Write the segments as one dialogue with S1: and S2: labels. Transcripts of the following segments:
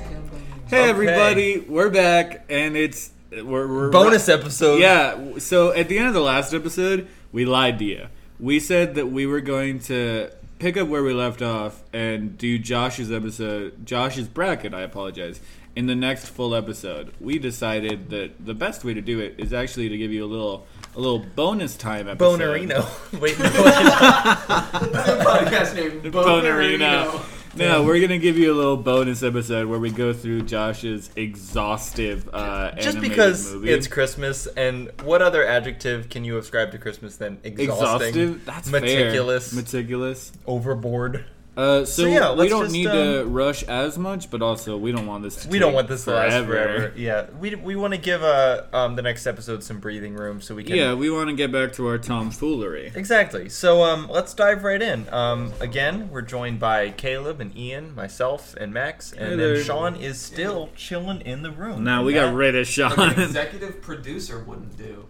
S1: Hey
S2: Okay.
S1: everybody, we're back, and it's we're, we're
S2: Bonus episode.
S1: Yeah. w- So at the end of the last episode, we lied to you. We said that we were going to pick up where we left off and do Josh's episode, Josh's bracket. I apologize. In the next full episode, we decided that the best way to do it is actually to give you a little, a little bonus time episode.
S2: Bonerino. Wait, no. it's-
S3: podcast named
S1: Bonerino. No, we're gonna give you a little bonus episode where we go through Josh's exhaustive uh,
S2: just
S1: animated
S2: because
S1: movie.
S2: it's Christmas, and what other adjective can you ascribe to Christmas than exhausting,
S1: exhaustive, that's fair.
S2: meticulous,
S1: meticulous.
S2: overboard?
S1: Uh, so,
S2: So, yeah,
S1: we
S2: let's
S1: don't
S2: just, um,
S1: need to rush as much, but also we don't want this. to
S2: We
S1: take
S2: don't want this to last forever. Yeah, we, we want to give uh, um, the next episode some breathing room so we can
S1: Yeah, we want to get back to our tomfoolery.
S2: Exactly. So um, let's dive right in. Um, again, we're joined by Caleb and Ian, myself, and Max, and
S1: there.
S2: then Sean is still chilling in the room.
S1: Now we got
S2: Matt-
S1: rid of
S3: Like an
S1: Sean.
S3: executive producer wouldn't do.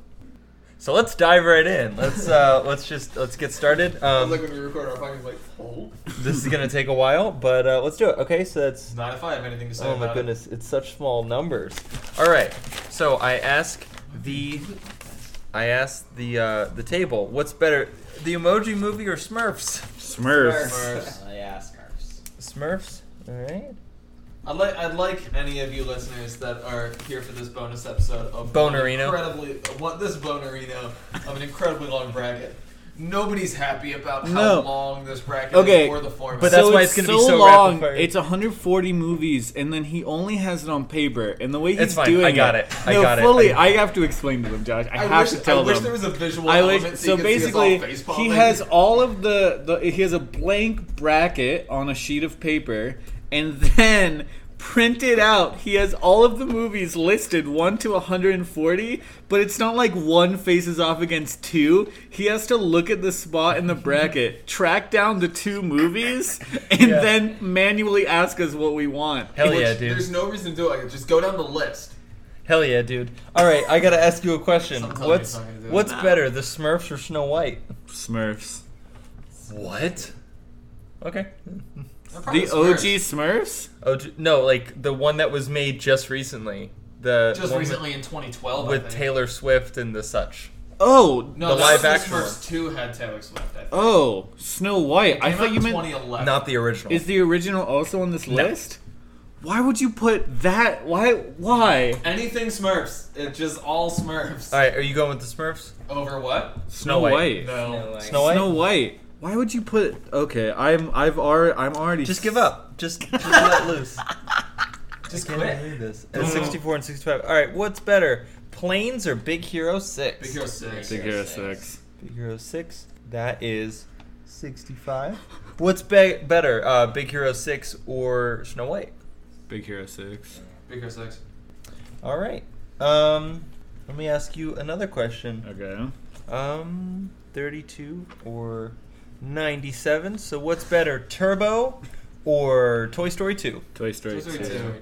S2: So let's dive right in. Let's uh, let's just let's get started.
S3: It's like
S2: Um,
S3: when you record our podcast, like, oh,
S2: this is gonna take a while, but uh, let's do it. Okay, so that's
S3: it's not if I have anything to say.
S2: oh my
S3: about it.
S2: goodness, it's such small numbers. All right. So I ask the I ask the uh, the table, what's better, the Emoji Movie or Smurfs?
S1: Smurfs.
S3: Smurfs.
S4: Oh, yeah, scarves.
S2: Smurfs. All right.
S3: I'd like I'd like any of you listeners that are here for this bonus episode of
S2: Bonerino.
S3: an incredibly what this bonerino of an incredibly long bracket. Nobody's happy about how
S1: No.
S3: long this bracket
S1: Okay,
S3: is or the format.
S2: But that's
S1: so
S2: why
S1: it's
S2: it's
S1: so
S2: gonna be so rapid
S1: long.
S2: fire.
S1: It's 140 movies, and then he only has it on paper. And the way he's
S2: It's fine.
S1: doing
S2: I got it. I
S1: no,
S2: got it.
S1: fully,
S2: I-
S1: I have to explain to them, Josh. I,
S3: I,
S1: have
S3: wish,
S1: to tell
S3: I wish
S1: them.
S3: there was a visual
S1: I
S3: element
S1: wish,
S3: so,
S1: so
S3: you could see us all
S1: basically he
S3: facepalming.
S1: has all of the, the he has a blank bracket on a sheet of paper and then printed out he has all of the movies listed 1 to 140 but it's not like one faces off against two he has to look at the spot in the bracket track down the two movies and
S2: Yeah.
S1: then manually ask us what we want
S2: Hell
S3: Which
S2: yeah, dude.
S3: There's no reason to do it. Like, just go down the list.
S2: Hell yeah, dude. All right, I gotta ask you a question.
S3: Sometimes
S2: what's
S3: I'm gonna do it.
S2: what's
S3: Nah.
S2: better, the Smurfs or Snow White?
S1: smurfs
S2: What? Okay.
S3: They're
S1: the
S3: probably
S1: og
S3: Smurfs.
S1: smurfs
S2: Oh j- no, like the one that was made just recently. The
S3: Just
S2: one with-
S3: recently in 2012, I
S2: with
S3: think.
S2: Taylor Swift and the such.
S1: oh
S3: No,
S2: the
S3: that
S2: live
S3: was
S2: action
S3: Smurfs Two had Taylor Swift. I think.
S1: oh snow white i
S3: Came out
S1: thought you
S3: in
S1: meant
S3: 2011.
S2: Not the original.
S1: Is the original also on this list? Why would you put that? Why? Why?
S3: anything Smurfs. It's just all Smurfs.
S2: All right, are you going with the Smurfs?
S3: Over what?
S2: Snow White.
S3: No.
S2: Snow White.
S1: Snow White. Why would you put? Okay, I'm. I've already. I'm already.
S2: Just give up. Just, just let loose.
S3: Just
S2: Can't
S3: quit.
S2: do this. At 64 and 65. All right, what's better, Planes or Big Hero Six?
S3: Big Hero Six.
S1: Big Hero Six.
S2: Big Hero 6, that is 65. What's be- better, uh, Big Hero 6 or Snow White?
S1: Big Hero Six.
S3: Big Hero Six.
S2: All right. Um, let me ask you another question.
S1: Okay.
S2: Um, 32 or 97. So what's better, Turbo or Toy Story 2?
S1: Toy Story
S3: Toy Story
S1: Two.
S3: Two.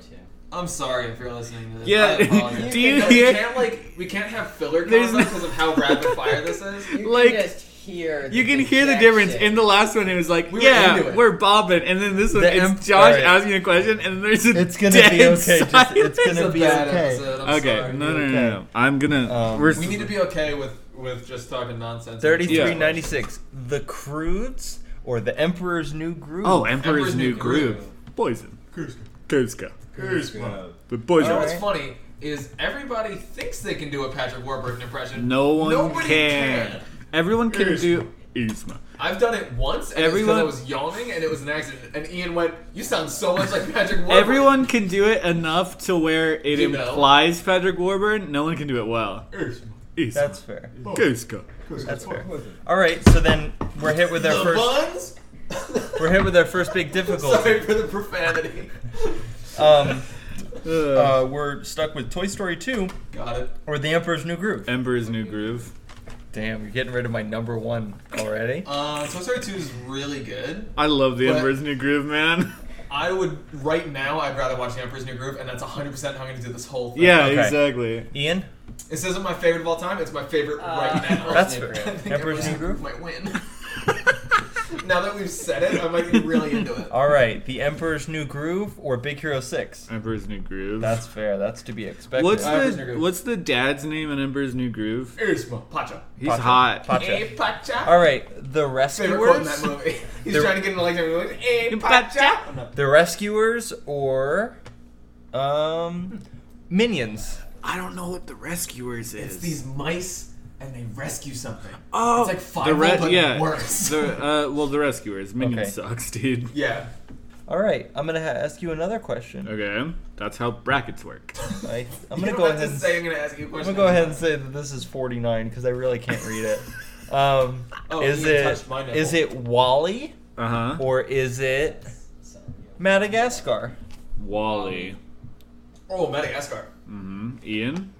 S3: I'm sorry if you're listening to this.
S1: Yeah,
S3: I apologize.
S1: do you
S3: No,
S1: hear-
S3: We can't like we can't have filler
S1: There's
S3: comments
S1: no-
S3: because of how rapid fire this is.
S4: You
S1: Like,
S4: can just hear. The
S1: You can hear the
S4: exact
S1: difference.
S4: shit.
S1: In the last one, it was like,
S3: We were into
S1: yeah,
S3: it.
S1: we're bobbing, and then this one,
S2: The
S1: it's
S2: em-
S1: Josh
S2: alright.
S1: asking a question, and there's a
S2: It's gonna be
S1: dead
S2: okay, just- it's
S1: silence.
S2: gonna
S3: It's a
S2: be
S3: bad
S2: okay.
S3: episode. I'm
S1: Okay,
S3: sorry.
S1: no, no, no,
S2: okay.
S1: no, no. I'm gonna.
S2: Um,
S1: we're,
S3: We need to be okay with with just talking nonsense.
S2: 3396. The Crudes or The Emperor's New Groove?
S1: oh, Emperor's,
S3: Emperor's
S1: New,
S3: New
S1: Groove.
S3: Groove.
S1: Poison.
S3: Cruise.
S1: Kuzka.
S3: Cruise.
S1: The poison.
S3: You know
S2: All
S3: what's
S2: right.
S3: funny is everybody thinks they can do a Patrick Warburton impression.
S1: No one
S3: Nobody
S1: can.
S3: can.
S1: Everyone can
S3: Isma.
S1: do Isma.
S3: I've done it once, and
S1: Everyone-
S3: Everyone... I was yawning, and it was an accident. And Ian went, "You sound so much like Patrick Warburton."
S1: Everyone can do it enough to where it
S3: You know.
S1: implies Patrick Warburton. No one can do it well.
S3: That's
S1: Isma.
S2: That's fair.
S1: Kuzka.
S2: That's fair. All right, so then we're hit with
S3: the
S2: our first
S3: buns.
S2: we're hit with our first big difficulty.
S3: Sorry for the profanity.
S2: Um,
S1: Uh,
S2: uh, we're stuck with Toy Story 2
S3: Got it.
S2: or The Emperor's New Groove.
S1: Ember's New Groove.
S2: Damn, you're getting rid of my number one already.
S3: Uh, Toy Story 2 is really good.
S1: I love the
S3: But-
S1: Ember's New Groove, man.
S3: I would right now. I'd rather watch The Emperor's New Groove, and that's 100 percent how I'm going to do this whole thing.
S1: Yeah,
S2: Okay.
S1: exactly.
S2: Ian?
S3: This isn't my favorite of all time. It's my favorite
S4: Uh,
S3: right now.
S2: That's
S4: Emperor's
S2: fair.
S4: New
S3: I think
S2: Emperor's New Groove?
S3: might win. Now that we've said it, I might get really into it.
S2: All right, The Emperor's New Groove or Big Hero Six.
S1: Emperor's New Groove.
S2: That's fair. That's to be expected.
S1: what's
S3: Uh, Emperor's New
S1: the
S3: Groove.
S1: what's the dad's name in Emperor's New Groove?
S3: Here's my Pacha.
S1: He's
S2: Pacha.
S1: hot.
S2: Pacha.
S3: Hey, Pacha.
S2: All right, the
S3: Favorite quote in
S2: rescuers.
S3: that movie. He's
S2: They're-
S3: trying to get into like everyone. Like, hey,
S1: Pacha.
S3: Pacha. Oh, no.
S2: The rescuers or um minions.
S1: I don't know what the rescuers
S3: It's
S1: is.
S3: these mice and they rescue something.
S1: oh,
S3: It's like five
S1: the re-
S3: but
S1: yeah,
S3: worse.
S1: The, uh, well, the rescuers. Minion
S2: Okay.
S1: sucks, dude.
S3: yeah.
S2: All right, I'm gonna ha- ask you another question.
S1: Okay, that's how brackets work.
S2: I, I'm
S3: You
S2: gonna
S3: don't
S2: go
S3: have
S2: ahead.
S3: To
S2: And,
S3: say I'm gonna ask you a
S2: I'm
S3: question.
S2: gonna go ahead and say that this is 49 because I really can't read it. Um,
S3: Oh,
S2: is
S3: Ian
S2: it
S3: touched my nipple.
S2: is it Wally
S1: Uh huh.
S2: or is it Madagascar?
S1: Wally.
S3: Oh, Madagascar.
S1: Mm-hmm. Ian.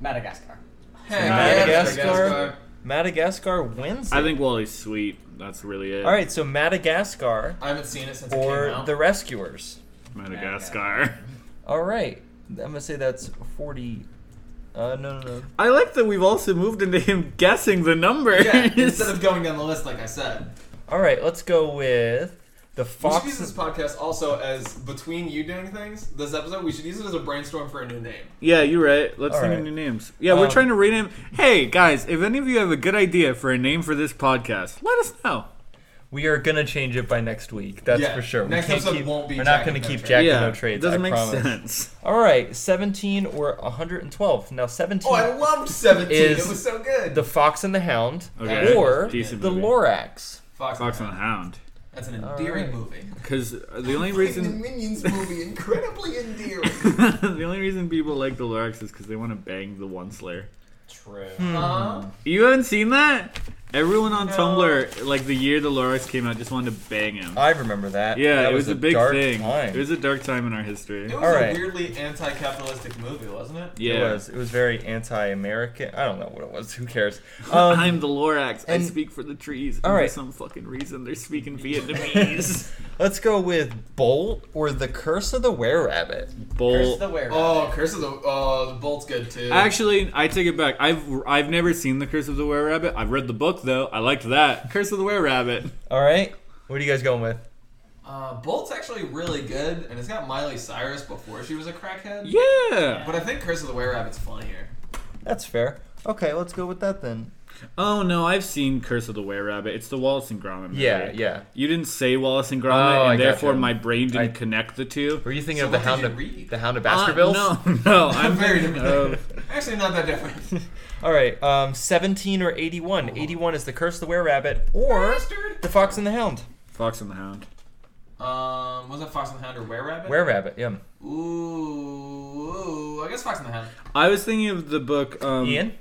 S4: Madagascar.
S3: Heck,
S2: Madagascar. Madagascar wins.
S1: I
S2: it.
S1: think Wally's sweet. That's really it.
S2: All right, so Madagascar
S3: I haven't seen it since it came
S2: or
S3: out.
S2: the Rescuers.
S1: Madagascar.
S2: All right, I'm gonna say that's 40. Uh, no, no, no.
S1: I like that we've also moved into him guessing the numbers.
S3: yeah, instead of going down the list like I said.
S2: All right, let's go with the
S3: We should use
S2: Fox.
S3: this podcast also as between you doing things. This episode, we should use it as a brainstorm for a new name.
S1: Yeah, you're right. Let's
S2: All
S1: name
S2: right.
S1: new names. Yeah, we're
S2: Um,
S1: trying to rename. Hey guys, if any of you have a good idea for a name for this podcast, let us know.
S2: We are gonna change it by next week. That's
S3: Yeah,
S2: for sure. We
S3: next
S2: can't
S3: episode
S2: keep,
S3: won't be
S2: We're
S3: Jack
S2: not gonna
S3: and
S2: keep
S3: no
S2: Jack
S3: trades.
S1: yeah,
S2: and no trades.
S1: it doesn't
S2: I
S1: make
S2: promise.
S1: sense.
S2: All right, 17 or 112. Now 17.
S3: Oh, I loved 17.
S2: Is
S3: it was so good.
S2: the Fox and the Hound,
S1: Okay,
S2: or
S1: decent
S2: the
S1: movie.
S2: Lorax.
S3: Fox,
S1: Fox
S3: and
S1: and
S3: the
S1: the Hound.
S3: Hound. That's an
S2: All
S3: endearing
S2: right.
S3: movie.
S1: Because the only
S3: the
S1: reason
S3: Minions movie, incredibly endearing.
S1: the only reason people like the Lorax is because they want to bang the One Slayer.
S5: True.
S2: Hmm.
S3: Huh?
S1: You haven't seen that? Everyone on
S3: No.
S1: Tumblr, like the year the Lorax came out, just wanted to bang him.
S2: I remember that.
S1: yeah,
S2: Uh, that
S1: it was, a big
S2: dark
S1: thing.
S2: Time.
S1: It was a dark time in our history.
S3: It was
S2: All
S3: a
S2: right.
S3: weirdly anti-capitalistic movie, wasn't it?
S1: Yeah,
S2: It was. It was very anti-American. I don't know what it was. Who cares? Um,
S1: I'm the Lorax. I
S2: and-
S1: speak for the trees. And
S2: All right.
S1: For some fucking reason, they're speaking Vietnamese.
S2: Let's go with Bolt or the Curse of the Were Rabbit.
S4: Curse
S1: Bull.
S4: of the were
S3: Oh, Curse of the oh, the Bolt's good too.
S1: Actually, I take it back. I've I've never seen the Curse of the Were Rabbit. I've read the book though. I liked that Curse of the Were Rabbit.
S2: All right, what are you guys going with?
S3: uh, Bolt's actually really good, and it's got Miley Cyrus before she was a crackhead.
S1: Yeah.
S3: But I think Curse of the Were Rabbit's funnier.
S2: That's fair. Okay, let's go with that then.
S1: Oh no, I've seen Curse of the Were Rabbit. It's the Wallace and Gromit. Movie.
S2: Yeah, yeah.
S1: You didn't say Wallace and Gromit,
S2: Oh, I
S1: and therefore
S2: gotcha.
S1: my brain didn't
S2: I-
S1: connect the two.
S2: Were you thinking
S3: So
S2: of the
S3: what did
S2: Hound
S3: you
S2: of
S3: read?
S2: the Hound of
S1: Uh,
S2: Baskervilles?
S1: no, no, I'm
S3: Very
S1: thinking
S3: different.
S1: of
S3: Actually, not that different.
S2: All right, um, seventeen or eighty-one. Eighty-one is the Curse of the Were Rabbit or
S3: Oh. Bastard.
S2: the Fox and the Hound.
S1: Fox and the Hound.
S3: Um, was that Fox and the Hound or Were Rabbit?
S2: Were Rabbit. Yeah.
S3: Ooh, I guess Fox and the Hound.
S1: I was thinking of the book. Um,
S2: Ian.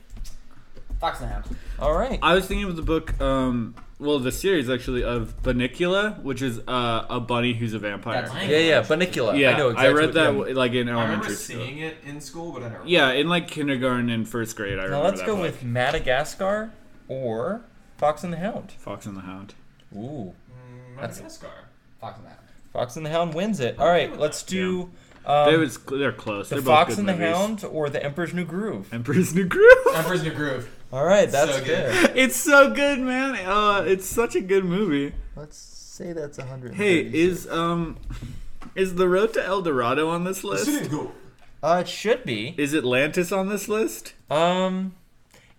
S4: Fox and the Hound.
S2: All right.
S1: I was thinking of the book, um, well, the series actually of Banicula, which is uh, a bunny who's a vampire.
S4: That's
S2: yeah, yeah. Banicula.
S1: yeah,
S2: I know exactly.
S1: read
S2: what-
S1: that
S2: yeah.
S1: w like in
S3: I remember
S1: elementary school.
S3: seeing it in school, but I never.
S1: Yeah, in like kindergarten and first grade. I
S2: Now
S1: remember
S2: let's
S1: that
S2: go
S1: book.
S2: with Madagascar or Fox and the Hound.
S1: Fox and the Hound.
S2: Ooh.
S3: Mm,
S2: That's-
S3: Madagascar.
S4: Fox and the Hound.
S2: Fox and the Hound wins it. All right, let's do
S1: they
S2: um,
S1: was, they're close.
S2: the
S1: they're
S2: Fox
S1: both
S2: and
S1: good
S2: the
S1: movies.
S2: Hound or the Emperor's New Groove.
S1: Emperor's New Groove.
S3: Emperor's New Groove.
S2: All right, that's
S3: So
S2: good.
S3: good.
S1: it's so good, man. Uh, it's such a good movie.
S2: Let's say that's a hundred.
S1: Hey, is um, is the Road to El Dorado on this list?
S3: Go.
S2: uh, it should be.
S1: Is Atlantis on this list?
S2: Um,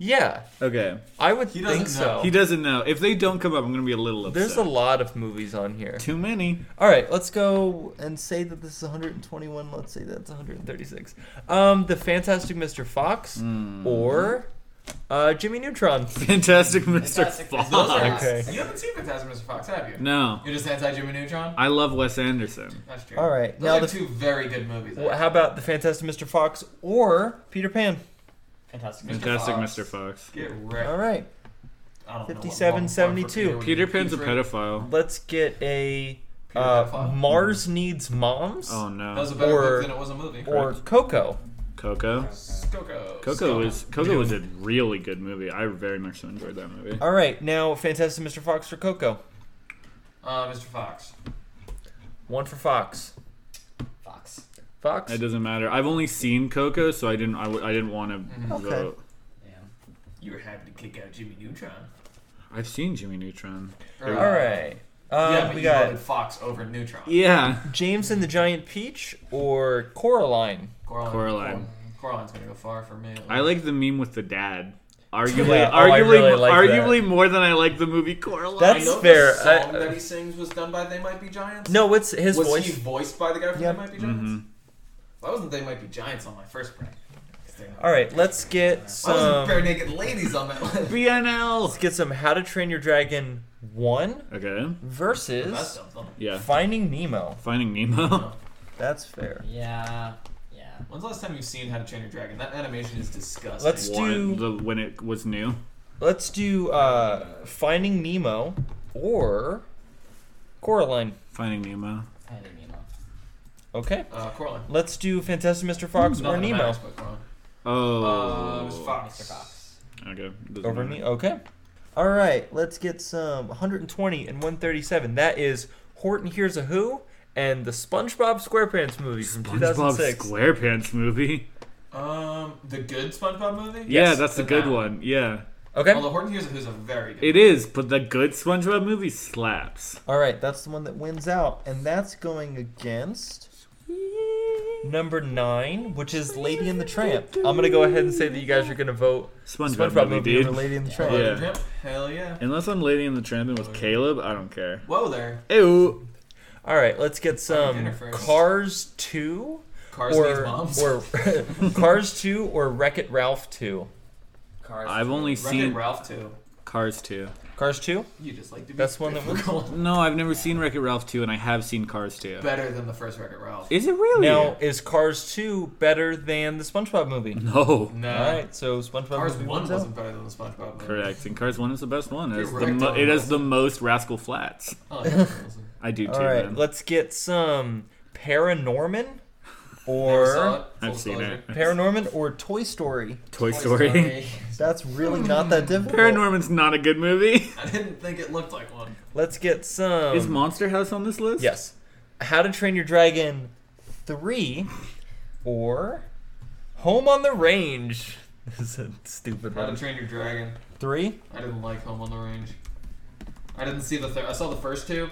S2: yeah,
S1: Okay,
S2: I would
S3: He doesn't
S2: think so.
S3: know.
S1: he doesn't know. If they don't come up, I'm gonna be a little upset.
S2: There's a lot of movies on here.
S1: too many.
S2: All right, let's go and say that this is 121. Let's say that's 136. Um, the Fantastic Mr. Fox
S1: Hmm.
S2: or uh, Jimmy Neutron.
S1: Fantastic Mr.
S4: Fantastic
S1: Fox.
S3: Those are
S2: Okay.
S3: You haven't seen Fantastic Mr. Fox, have you?
S1: No,
S3: You're just anti Jimmy Neutron.
S1: I love Wes Anderson.
S3: That's true.
S2: All right,
S3: Those
S2: now
S3: are
S2: the-
S3: two very good movies.
S2: Well, how about the Fantastic Mr. Fox or Peter Pan?
S4: Fantastic Mr.
S1: Fantastic
S4: Fox.
S1: Mr. Fox.
S3: Get
S2: All
S3: ripped.
S2: right,
S3: I don't know what
S2: 57,
S3: long form for
S2: 72.
S3: would
S1: Peter
S3: be.
S1: Pan's a
S3: He's ripped.
S1: pedophile.
S2: let's get a
S3: Peter
S2: uh,
S3: Pedophile.
S2: Mars Needs Moms
S1: Oh
S3: That was
S1: no,
S3: a better
S2: Or-
S3: book than it was a movie.
S2: or Coco.
S1: Coco.
S3: Coco.
S1: Coco was Coco was a really good movie. I very much so enjoyed that movie.
S2: All right, now Fantastic Mr. Fox or Coco.
S3: Uh, Mr. Fox.
S2: One for Fox.
S4: Fox.
S2: Fox.
S1: It doesn't matter. I've only seen Coco, so I didn't. I, w- I didn't want to
S2: Mm-hmm. Okay.
S1: vote.
S4: Damn.
S3: You were happy to kick out Jimmy Neutron.
S1: I've seen Jimmy Neutron.
S3: Or, uh,
S2: All right. Um,
S3: yeah, but
S2: we
S3: you
S2: got
S3: voted Fox over Neutron.
S1: Yeah.
S2: James and the Giant Peach or Coraline.
S3: Coraline.
S1: Coraline.
S3: Coraline's gonna go far for me.
S1: I like the meme with the dad. Arguably,
S2: Yeah, oh, I
S1: arguably,
S2: really like that.
S1: arguably more than I like the movie Coraline.
S3: I
S2: That's-
S3: know
S2: fair.
S3: the song
S2: I-
S3: that he sings was done by They Might Be Giants.
S2: No, what's his
S3: was
S2: voice? Mm-hmm.
S3: he voiced by the guy from
S2: Yep.
S3: They Might Be Giants? Why wasn't They Might Be Giants on my first brain?
S2: All right, um, let's get
S3: Why wasn't
S2: some.
S3: Bare Naked Ladies on that list?
S1: BNL.
S2: Let's get some How to Train Your Dragon one
S1: Okay.
S3: That's
S2: versus
S3: something.
S1: Yeah.
S2: Finding Nemo.
S1: Finding Nemo.
S2: That's fair.
S4: Yeah. Yeah.
S3: When's the last time you've seen How to Train Your Dragon? That animation is disgusting.
S2: Let's do
S1: One, the, when it was new.
S2: let's do uh, Finding Nemo or Coraline.
S1: Finding Nemo.
S4: I didn't mean that.
S2: Okay,
S3: uh, Coraline.
S2: let's do Fantastic Mr.
S1: Hmm,
S2: Fox or
S3: Nothing
S2: Nemo
S3: matters but Coraline.
S1: Oh.
S3: Uh, it was Fox.
S4: Mr. Fox.
S1: Okay. doesn't
S2: over
S1: matter.
S2: me. Okay. All right, let's get some 120 and 137. That is Horton Hears a Who and the SpongeBob SquarePants movie from
S1: SpongeBob
S2: 2006.
S1: SquarePants movie.
S3: Um, the good SpongeBob movie.
S1: Yeah, that's a
S3: The
S1: good
S3: bad
S1: one. Yeah.
S2: Okay.
S3: Although Horton Hears a Who's a very good.
S1: It is, but the good SpongeBob movie slaps.
S2: All right, that's the one that wins out, and that's going against number nine, which is Lady and the Tramp. I'm gonna go ahead and say that you guys are gonna vote
S1: SpongeBob,
S2: SpongeBob
S1: movie,
S2: movie
S1: dude.
S2: over Lady and the
S3: one.
S2: Tramp.
S1: Yeah.
S3: Yep. Hell yeah.
S1: Unless I'm Lady in the Tramp and with Caleb, I don't care.
S3: Whoa there.
S1: Ew.
S2: All right, let's get some
S3: dinner first.
S2: Cars two
S3: Cars needs
S2: or
S3: moms.
S2: or Cars two or Wreck It Ralph two.
S4: Cars.
S1: I've only
S3: Wreck-It
S1: seen
S3: Ralph too.
S1: Cars 2.
S2: Cars two.
S3: You just like to be
S2: That's one that was-
S3: difficult.
S1: No, I've never seen Wreck It Ralph 2, and I have seen Cars 2.
S3: better than the first Wreck-It Ralph.
S1: Is it really?
S2: Now is Cars two better than the SpongeBob movie?
S1: No.
S3: no.
S2: All right, so SpongeBob
S3: Cars
S2: movie
S3: one
S2: wins out.
S3: wasn't better than the SpongeBob movie.
S1: Correct. And Cars 1 is the best one. It,
S3: You're
S1: is the,
S3: right,
S1: mo-
S3: Tom
S1: it has
S3: Wilson.
S1: the most Rascal Flats.
S3: Oh, yeah, that was-
S1: I do too,
S2: All right,
S1: man.
S2: let's get some Paranorman
S3: Never saw it.
S2: or
S3: Full
S1: I've seen
S3: disclosure.
S1: it.
S2: Paranorman or Toy Story.
S1: Toy Story.
S2: That's really not that difficult.
S1: Paranorman's not a good movie.
S3: I didn't think it looked like one.
S2: Let's get some.
S1: is Monster House on this list?
S2: Um, yes. How to Train Your Dragon 3 or Home on the Range. This is a stupid
S3: How to
S2: one.
S3: Train Your Dragon.
S2: 3?
S3: I didn't like Home on the Range. I didn't see the third. I saw the first two.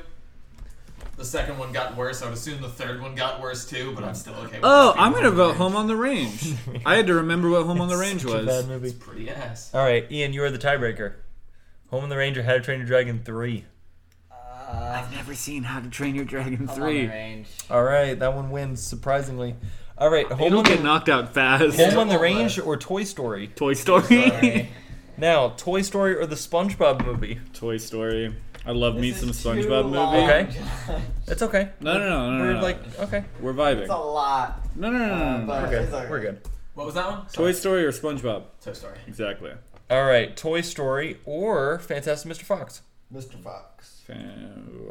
S3: The second one got worse. I would assume the third one got worse too, but I'm still okay. With
S1: Oh,
S3: that.
S1: I'm gonna vote Home on the Range. I had to remember what Home on the Range
S2: Such a bad
S1: was.
S2: movie.
S3: It's pretty ass.
S2: All right, Ian, you are the tiebreaker. Home on the Range or How to Train Your Dragon 3?
S4: Uh,
S1: never seen How to Train Your Dragon
S4: I'm on the range.
S2: All right, that one wins, surprisingly. All right, Home,
S1: It'll
S2: on the,
S1: get knocked out fast.
S2: Home on the
S3: Yeah.
S2: Range or Toy Story?
S1: Toy Story.
S4: Sorry.
S2: Now, Toy Story or the SpongeBob movie?
S1: Toy Story. I love me
S4: This
S1: some
S4: is
S1: SpongeBob
S4: too
S1: movie.
S4: long,
S2: Okay.
S4: Josh.
S2: It's okay.
S1: No, no, no, no, no.
S2: We're
S1: no.
S2: like, okay.
S1: we're
S4: It's a
S1: vibing.
S4: lot.
S1: No, no, no, no,
S4: Uh,
S1: no.
S4: but
S2: We're good.
S4: it's okay.
S2: We're good.
S3: What was that one?
S1: Toy
S3: Sorry.
S1: Story or SpongeBob?
S3: Toy Story.
S1: Exactly.
S2: All right, Toy Story or Fantastic Mr. Fox.
S4: Mr. Fox.
S1: Uh,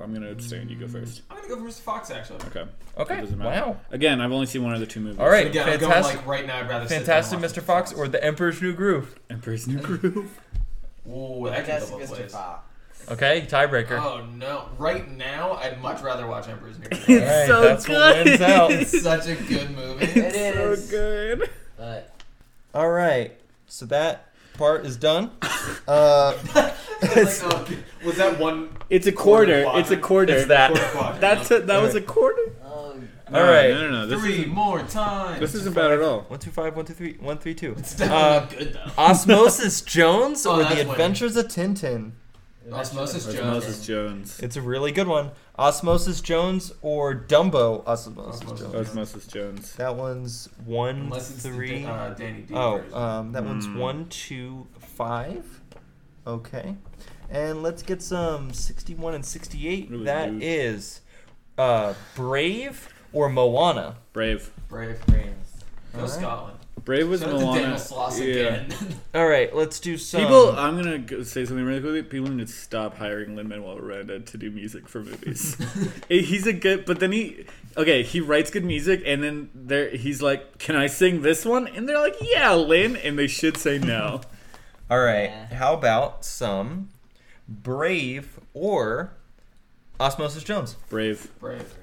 S1: I'm gonna abstain. You go first.
S3: I'm gonna go for Mr. Fox actually.
S1: Okay.
S2: Okay.
S1: It doesn't matter.
S2: Wow.
S1: Again, I've only seen one of the two movies.
S2: All right,
S3: Again, I'm going
S2: fantastic,
S3: like right now. I'd rather
S2: fantastic
S3: sit
S2: Mr. Fox or The Emperor's New Groove.
S1: Emperor's New Groove.
S3: Ooh, that can
S4: Yes,
S3: go both
S4: Mr.
S3: ways.
S4: Fox.
S2: Okay, tiebreaker. All
S3: Oh no! Right now, I'd much rather watch Emperor's New
S1: It's
S3: Groove.
S2: right,
S1: so
S2: that's what
S1: good.
S2: wins out.
S3: it's such a good movie.
S4: It is.
S1: So good.
S4: But
S2: All right, so that part is done. Uh,
S3: It's like, uh, was that one
S1: It's a quarter.
S3: Quarter
S1: It's a
S3: quadrant.
S1: quarter.
S2: it's that.
S3: quarter quadrant?
S1: That's a, that was a quarter.
S4: oh,
S2: All right.
S1: No, no, no. This,
S3: three
S1: isn't,
S3: more times.
S1: this isn't bad at all.
S2: One two five one two three one three two.
S3: It's
S2: Uh,
S3: definitely good though.
S2: Osmosis Jones
S3: Oh,
S2: or
S3: that's
S2: The
S3: winning.
S2: Adventures of Tintin?
S3: Osmosis
S4: That's-
S3: Jones.
S1: Osmosis Jones.
S2: It's a really good one. Osmosis Jones or Dumbo? Osmosis,
S3: Osmosis
S2: Jones.
S1: Osmosis Jones.
S2: That one's one
S3: Unless it's
S2: three.
S3: the, Da- uh, Danny D
S2: Oh,
S3: version.
S2: um, that one's one, two, five. Okay. And let's get some 61 and 68.
S1: Really
S2: that
S1: loose.
S2: is uh, Brave or Moana.
S1: Brave.
S3: Brave.
S4: brains.
S3: Go
S2: Alright.
S3: Scotland.
S1: Brave was
S3: Shout out to
S1: Moana.
S3: Daniel Sloss again. Um,
S2: All right, let's do some.
S1: People, uh, I'm gonna go say something really quickly. People need to stop hiring Lin Manuel Miranda to do music for movies. Eh, he's a good, but then he, okay, he writes good music, and then there he's like, "Can I sing this one?" And they're like, "Yeah, Lin," and they should say no.
S2: All right,
S4: Yeah.
S2: how about some Brave or Osmosis Jones?
S1: Brave.
S3: Brave.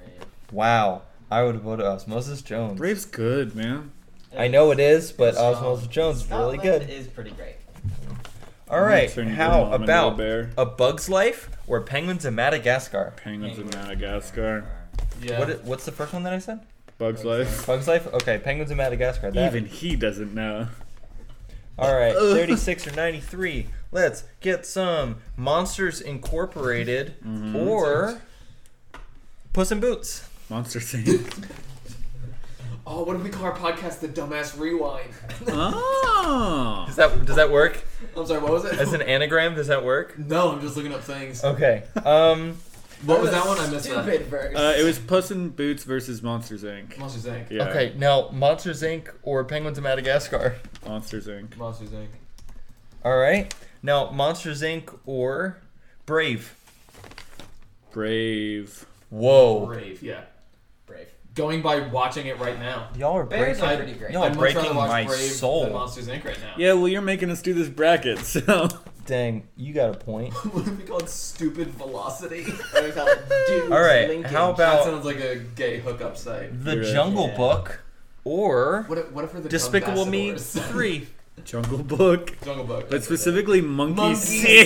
S2: Wow, I would vote Osmosis Jones.
S1: Brave's good, man.
S2: I know it is, but
S3: Scotland.
S2: Osmosis Jones is really
S4: Scotland
S2: good.
S4: is pretty great.
S2: All right.
S1: Turn your
S2: How
S1: mom into a
S2: about
S1: bear.
S2: a Bug's Life or Penguins in Madagascar?
S1: Penguins of Madagascar.
S3: Yeah.
S2: What, what's the first one that I said?
S1: Bugs Life.
S2: Bug's Life. Okay, Penguins in Madagascar. That.
S1: Even he doesn't know.
S2: All right, 36 or 93. Let's get some Monsters Incorporated or Puss in Boots.
S1: Monster Inc.
S3: oh, what did we call our podcast? The Dumbass Rewind.
S1: oh.
S2: Does that does that work?
S3: I'm sorry, what was it?
S2: As Oh. an anagram, does that work?
S3: no, I'm just looking up things.
S2: Okay. Um.
S3: what was that one? I missed
S4: Stupid
S3: that.
S4: verse.
S1: Uh, it was Puss in Boots versus Monsters Inc.
S3: Monsters Inc.
S1: Yeah.
S2: Okay. Now, Monsters Inc. or Penguins of Madagascar.
S1: Monsters Inc.
S3: Monsters Inc.
S2: All right. Now, Monsters Inc. or Brave.
S1: Brave.
S2: Whoa.
S3: Brave, yeah.
S4: Brave.
S3: Going by watching it right now.
S2: Y'all are
S4: Bears
S2: breaking.
S4: are
S3: I-
S4: pretty great.
S2: No,
S3: I'd much rather
S2: breaking
S3: watch
S2: my
S3: Brave
S2: soul.
S3: than Monsters Inc. right now.
S1: Yeah, well, you're making us do this bracket, so.
S2: Dang, you got a point.
S3: what if we call it Stupid Velocity?
S4: What do we call it? Dudes
S2: All right,
S4: Linking.
S2: how
S3: that
S2: about
S3: sounds like a gay hookup site.
S2: The
S1: You're right.
S2: Jungle
S4: Yeah.
S2: Book or
S3: What if, what if we're the
S2: Despicable Me
S3: Dumbassadors?
S2: 3?
S1: Jungle Book.
S3: Jungle Book.
S1: But specifically, Monkey,
S3: Monkey
S1: City.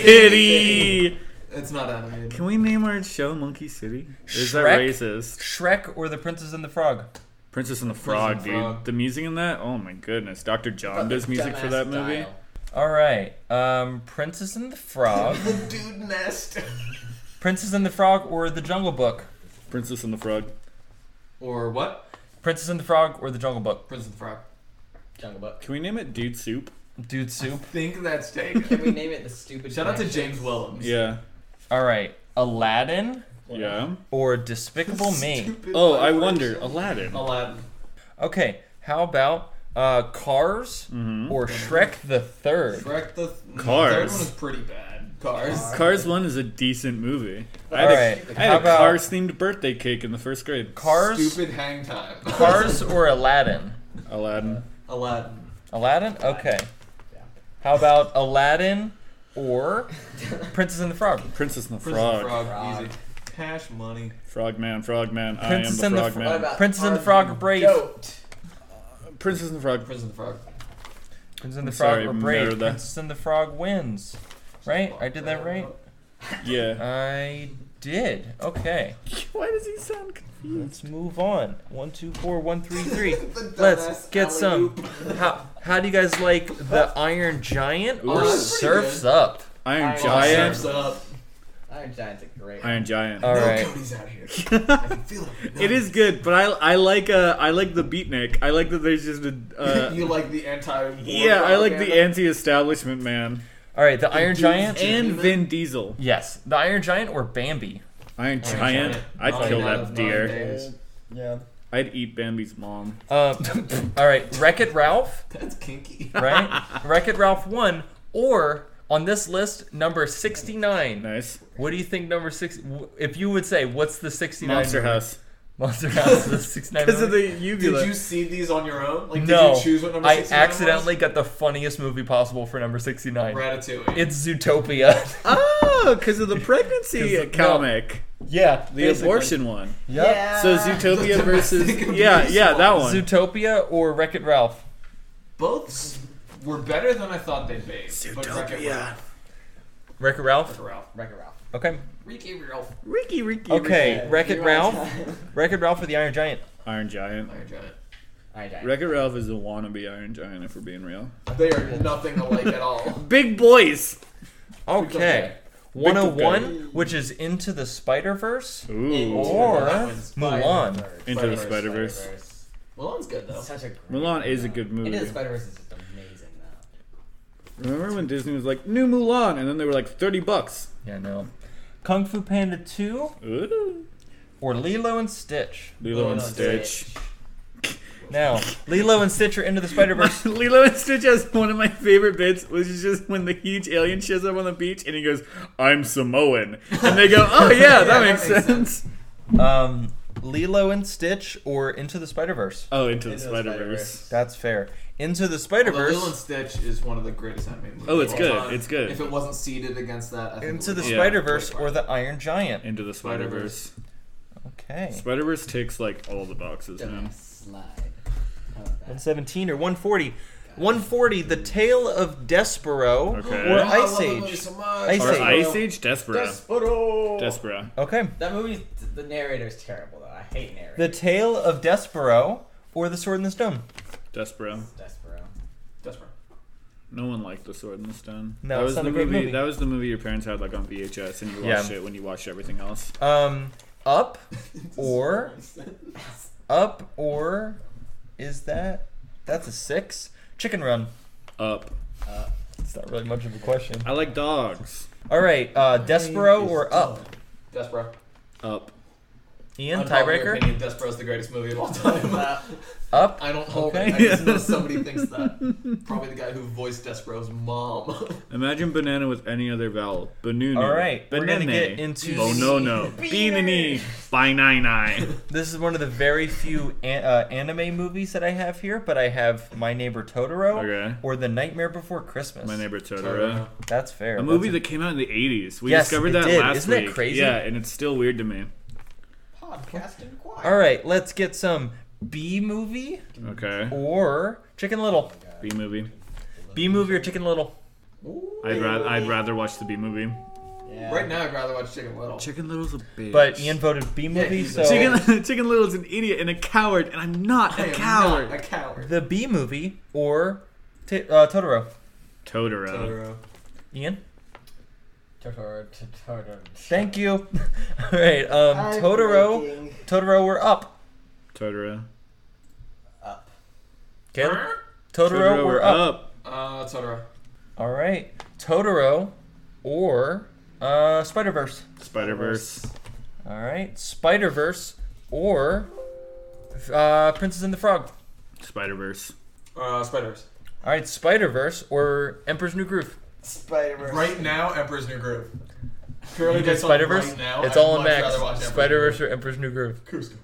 S3: City. It's not animated.
S1: Can we name our show Monkey City? Or Is that
S2: Shrek?
S1: racist?
S2: Shrek or The Princess and the Frog?
S1: Princess and the Frog, dude.
S3: Frog.
S1: The music in that? Oh my goodness. Dr. John does music for
S4: Dumbass
S1: that movie.
S4: style.
S2: All right. Um, Princess and the Frog.
S3: The dude nest.
S2: Princess and the Frog or The Jungle Book?
S1: Princess and the Frog.
S3: or what?
S2: Princess and the Frog or The Jungle Book?
S3: Prince of the Frog.
S4: Jungle Book.
S1: Can we name it Dude Soup?
S2: Dude Soup.
S3: Think that's taken.
S4: Can we name it the stupid?
S3: Shout out to
S4: Connections?
S3: James Willems.
S1: Yeah.
S2: All right. Aladdin
S1: Yeah.
S2: or Despicable Me?
S3: Stupid
S1: Oh, I
S3: vibration.
S1: wonder. Aladdin.
S3: Aladdin.
S2: Okay. How about uh, Cars
S1: Mm-hmm.
S2: or Shrek the Third?
S3: Shrek the th-
S1: Cars.
S3: The third one is pretty bad. Cars.
S1: Cars 1 is a decent movie. I
S2: All
S1: had a,
S2: right.
S1: I had
S2: How
S1: a
S2: about
S1: Cars themed birthday cake in the first grade.
S2: Cars?
S3: Stupid hang time.
S2: Cars or Aladdin?
S1: Aladdin.
S3: Aladdin.
S2: Aladdin? Okay.
S4: Yeah.
S2: How about Aladdin or Princess and the Frog?
S1: Princess and the
S3: Prince of the
S1: Frog.
S3: Frog.
S4: Frog.
S3: Easy. Cash money.
S1: Frogman, Frogman. I am
S2: Princess
S1: the
S2: and the
S4: What
S1: Frogman.
S4: about
S2: Princess and the Frog or Brave?
S4: Goat.
S1: Princess and the Frog.
S3: Prince of the Frog.
S2: Princess and the
S1: I'm
S2: Frog
S1: sorry,
S2: or Brave?
S1: Merida.
S2: Princess and the Frog wins. Right? I did that right?
S1: Yeah.
S2: I did. Okay.
S1: Why does he sound confused?
S2: Let's move on. One, two, four, one, three, three.
S3: The
S2: Let's
S3: dumbass
S2: get some.
S3: alley-oop.
S2: How how do you guys like the Iron Giant or
S1: Ooh, that's
S3: Oh, pretty
S2: Surfs
S3: good.
S2: Up?
S1: Iron
S4: Iron
S1: Giant.
S3: Surf's up.
S4: Iron Giant's a great.
S1: Iron Giant.
S2: All
S3: no,
S2: right.
S3: Cody's out here. I
S2: Uh,
S3: can feel it.
S1: It is good, but I I like uh I like the beatnik. I like that there's just a uh,
S3: you like the anti.
S1: yeah. I like the anti-establishment man
S2: All right. The Iron
S3: dude's
S2: Giant.
S3: in-
S1: and Vin Diesel.
S2: Yes, the Iron Giant or Bambi.
S1: Iron Giant. I'd kill that deer.
S4: Yeah.
S1: I'd eat Bambi's mom.
S2: Uh, all right. Wreck It Ralph.
S3: That's kinky.
S2: right? Wreck It Ralph one, or on this list, number sixty-nine.
S1: Nice.
S2: What do you think number six? w- If you would say, what's the sixty-nine?
S1: Monster
S2: movie?
S1: House.
S2: Monster House is sixty-nine.
S1: Because of
S2: movie?
S1: the
S3: Did
S1: uvula.
S3: you see these on your own? Like, did
S2: no,
S3: you choose what number?
S2: I
S3: 69 was?
S2: accidentally got the funniest movie possible for number sixty-nine.
S3: Ratatouille.
S2: It's Zootopia.
S1: oh, because of the pregnancy
S2: 'Cause of-
S1: comic,
S2: yeah,
S1: the abortion one.
S2: Yep.
S1: So Zootopia
S3: The
S1: versus
S3: domestic
S1: yeah,
S3: abuse
S1: yeah, that one.
S2: Zootopia or Wreck It Ralph.
S3: Both s- were better than I thought they'd be. But Wreck-It Ralph.
S2: Wreck It Ralph.
S3: Wreck-It Ralph.
S4: Wreck it Ralph.
S2: Okay.
S3: Ricky Ralph.
S1: Ricky, Ricky.
S2: Okay.
S1: Ricky.
S2: Wreck It
S4: You're on
S2: Ralph.
S4: time.
S2: Wreck It Ralph or the Iron Giant.
S1: Iron Giant.
S3: Iron Giant.
S4: Iron Giant.
S1: Wreck-It Ralph is a wannabe Iron Giant if we're being real.
S3: They are nothing alike at all.
S1: Big boys.
S2: Okay.
S1: Big Top
S2: 101, which is Into the Spider Verse.
S1: Ooh.
S2: Or
S3: That one's
S2: Mulan.
S1: Into the Spider
S4: Spider-Verse.
S1: Verse.
S3: Mulan's good though.
S4: It's Such a great
S1: Mulan is a good movie.
S4: Into the Spider Verse is just amazing though.
S1: Remember when Disney was like new Mulan, and then they were like thirty bucks.
S2: Yeah, no. Kung Fu Panda 2
S1: Ooh.
S2: or Lilo and Stitch.
S1: Lilo and
S4: Lilo and
S1: Stitch.
S2: Now, Lilo and Stitch are Into the Spider Verse.
S1: Lilo and Stitch has one of my favorite bits, which is just when the huge alien shows up on the beach and he goes, "I'm Samoan," and they go, "Oh yeah, that,
S3: that
S1: makes,
S3: makes
S1: sense.
S2: Um, Lilo and Stitch or Into the Spider Verse.
S1: Oh, Into the
S4: Into the
S1: Spider Verse.
S4: Spider-Verse.
S2: That's fair. Into the Spider
S3: Although Lilo and
S2: Verse.
S3: Stitch is one of the greatest anime movies.
S1: Oh, it's
S3: of all
S1: good.
S3: time.
S1: It's good.
S3: If it wasn't seated against that, I think
S2: Into
S3: it
S2: the
S3: would
S1: Yeah.
S2: Spider Verse or the Iron Giant.
S1: Into the Spider Verse.
S3: Spider-Verse.
S2: Okay.
S1: Spider Verse takes like all the boxes,
S4: Dumbass
S1: man.
S4: slide. How about that?
S2: 117 or 140. 140, The Tale of Despero
S1: Okay.
S2: or
S1: Oh, I
S2: Ice Age.
S3: So
S2: Ice
S3: much.
S1: Or
S2: Age.
S1: Ice Age Despero.
S4: Despero.
S1: Despero.
S2: Okay.
S4: That movie, the narrator's terrible though. I hate narrators.
S2: The Tale of Despero or The Sword in the Stone.
S1: Despero.
S4: Despero.
S3: Desperate.
S1: No one liked The Sword and the Stone.
S2: No,
S1: that
S2: it's
S1: was
S2: not
S1: the
S2: a great movie.
S1: That was the movie your parents had like on VHS, and you
S2: Yeah.
S1: watched it when you watched everything else.
S2: Um, up or up or is that that's a six? Chicken Run.
S1: Up.
S2: It's not really much of a question.
S1: I like dogs.
S2: All right, uh, Despero or Up?
S3: Despero.
S1: Up.
S2: Ian
S3: Unpopular
S2: tiebreaker.
S3: Opinion, Despero's the greatest movie of all time.
S4: Uh,
S2: Up.
S3: I don't hold
S2: Okay.
S3: it. I just know somebody thinks that. Probably the guy who voiced Despero's mom.
S1: Imagine banana with any other vowel. Banunu.
S2: All right, we're
S1: Banana.
S2: gonna get into
S1: Oh no no. Beanany. Binini.
S2: This is one of the very few an- uh, anime movies that I have here, but I have My Neighbor Totoro
S1: Okay.
S2: or The Nightmare Before Christmas.
S1: My neighbor Totoro.
S3: Totoro.
S2: That's fair.
S1: A
S2: That's
S1: movie that came out in the 80s. We
S2: Yes,
S1: discovered
S2: it
S1: that
S2: did.
S1: last
S2: Isn't that
S1: week.
S2: crazy?
S1: Yeah, and it's still weird to me.
S3: Podcasting choir.
S2: All right, let's get some B movie
S1: Okay.
S2: or Chicken Little.
S1: B movie.
S2: B movie or Chicken Little.
S3: Ooh.
S1: I'd rather I'd rather watch the B movie.
S4: yeah.
S3: Right now, I'd rather watch Chicken Little.
S1: Chicken Little's a bitch.
S2: But Ian voted B movie,
S3: he's
S2: so
S3: a-
S1: Chicken Chicken Little's an idiot and a coward, and I'm not
S3: I
S1: a
S3: am
S1: coward.
S3: not A coward.
S2: the B movie or t- uh, Totoro.
S1: Totoro.
S3: Totoro.
S2: Ian,
S4: Totoro. Totoro.
S2: thank you. All right, um,
S4: I'm
S2: Totoro.
S4: waking
S2: Totoro, we're up.
S1: Totoro.
S4: Up.
S2: Caleb? Totoro, we're up.
S3: Uh, Totoro.
S2: All right, Totoro or uh, Spider Verse.
S1: Spider Verse.
S2: All right, Spider Verse or uh, Princess and the Frog.
S1: Spider Verse.
S3: Uh, Spiders.
S2: All right, Spider Verse or Emperor's New Groove.
S4: Spider Verse.
S3: Right now, Emperor's New Groove. Purely
S2: You did
S3: based on
S2: Spider Verse.
S3: Right now,
S2: it's
S3: I'd
S2: all in
S3: much rather watch Emperor's
S2: Max. Spider Verse or Emperor's New Groove.
S3: New Groove. Cusco.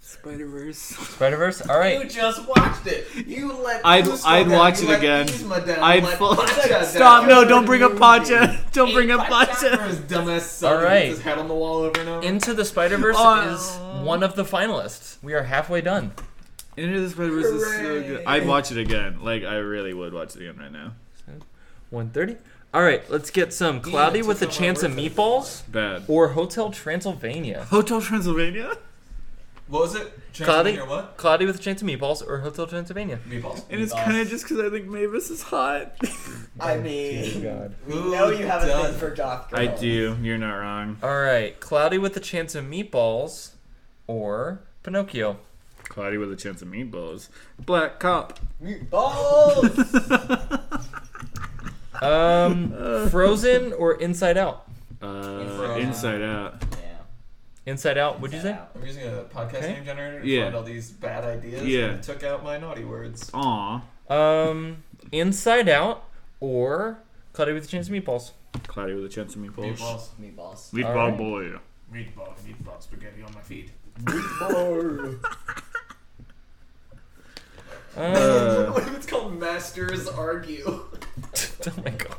S1: Spider Verse.
S2: Spider Verse. All
S3: You
S2: right.
S3: just watched it. You let
S1: I'd-
S3: Cusco
S1: I'd
S3: down.
S1: watch
S3: You
S1: it
S3: let
S1: again.
S3: Yzma down. You
S1: I'd
S3: let
S1: full-
S3: Pacha down.
S1: Stop! No, don't bring up
S4: Movie.
S1: Pacha. Don't bring up
S3: Pacha for
S1: Pacha.
S3: his dumbass son
S2: All
S3: who
S2: right.
S3: hits his head on the wall over and over.
S2: Into the Spider Verse
S1: Oh.
S2: is one of the finalists. We are halfway done.
S1: Into the Spider Verse is so good.
S4: Hooray.
S1: I'd watch it again. Like I really would watch it again right now.
S2: 130. All right, let's get some Cloudy
S3: it
S2: with a
S3: took
S2: Chance
S3: my
S2: of
S3: word
S2: Meatballs
S1: Bad.
S2: or Hotel Transylvania.
S1: Hotel Transylvania.
S3: What was it? Chance
S2: Cloudy?
S3: Or what?
S2: Cloudy with a Chance of Meatballs or Hotel Transylvania.
S3: Meatballs.
S1: And it's
S4: Meatballs.
S1: kind of just because I think Mavis is hot.
S4: I mean, we
S3: Ooh,
S4: know you have a
S3: done.
S4: thing for goth
S1: I
S4: girls.
S1: do. You're not wrong.
S2: All right, Cloudy with a Chance of Meatballs or Pinocchio.
S1: Cloudy with a chance of meatballs. Black cop. Uh,
S4: Meatballs.
S2: Um, Frozen or Inside Out?
S1: Uh,
S3: Inside
S1: inside out.
S4: yeah.
S2: Inside Out, would you say?
S4: Out.
S3: I'm using a podcast
S2: Okay.
S3: name generator to
S1: Yeah.
S3: find all these bad ideas.
S1: Yeah.
S3: And it took out my naughty words.
S1: Aw.
S2: Um, Inside Out or Cloudy with a Chance of Meatballs?
S1: Cloudy with a chance of meatballs. Meatball,
S3: Meatballs.
S4: Meatballs.
S2: Alright.
S1: boy.
S3: Meatball. Meatball. Spaghetti on my feet.
S2: Um,
S1: Uh,
S3: what if it's called Masters Argue?
S2: oh my god.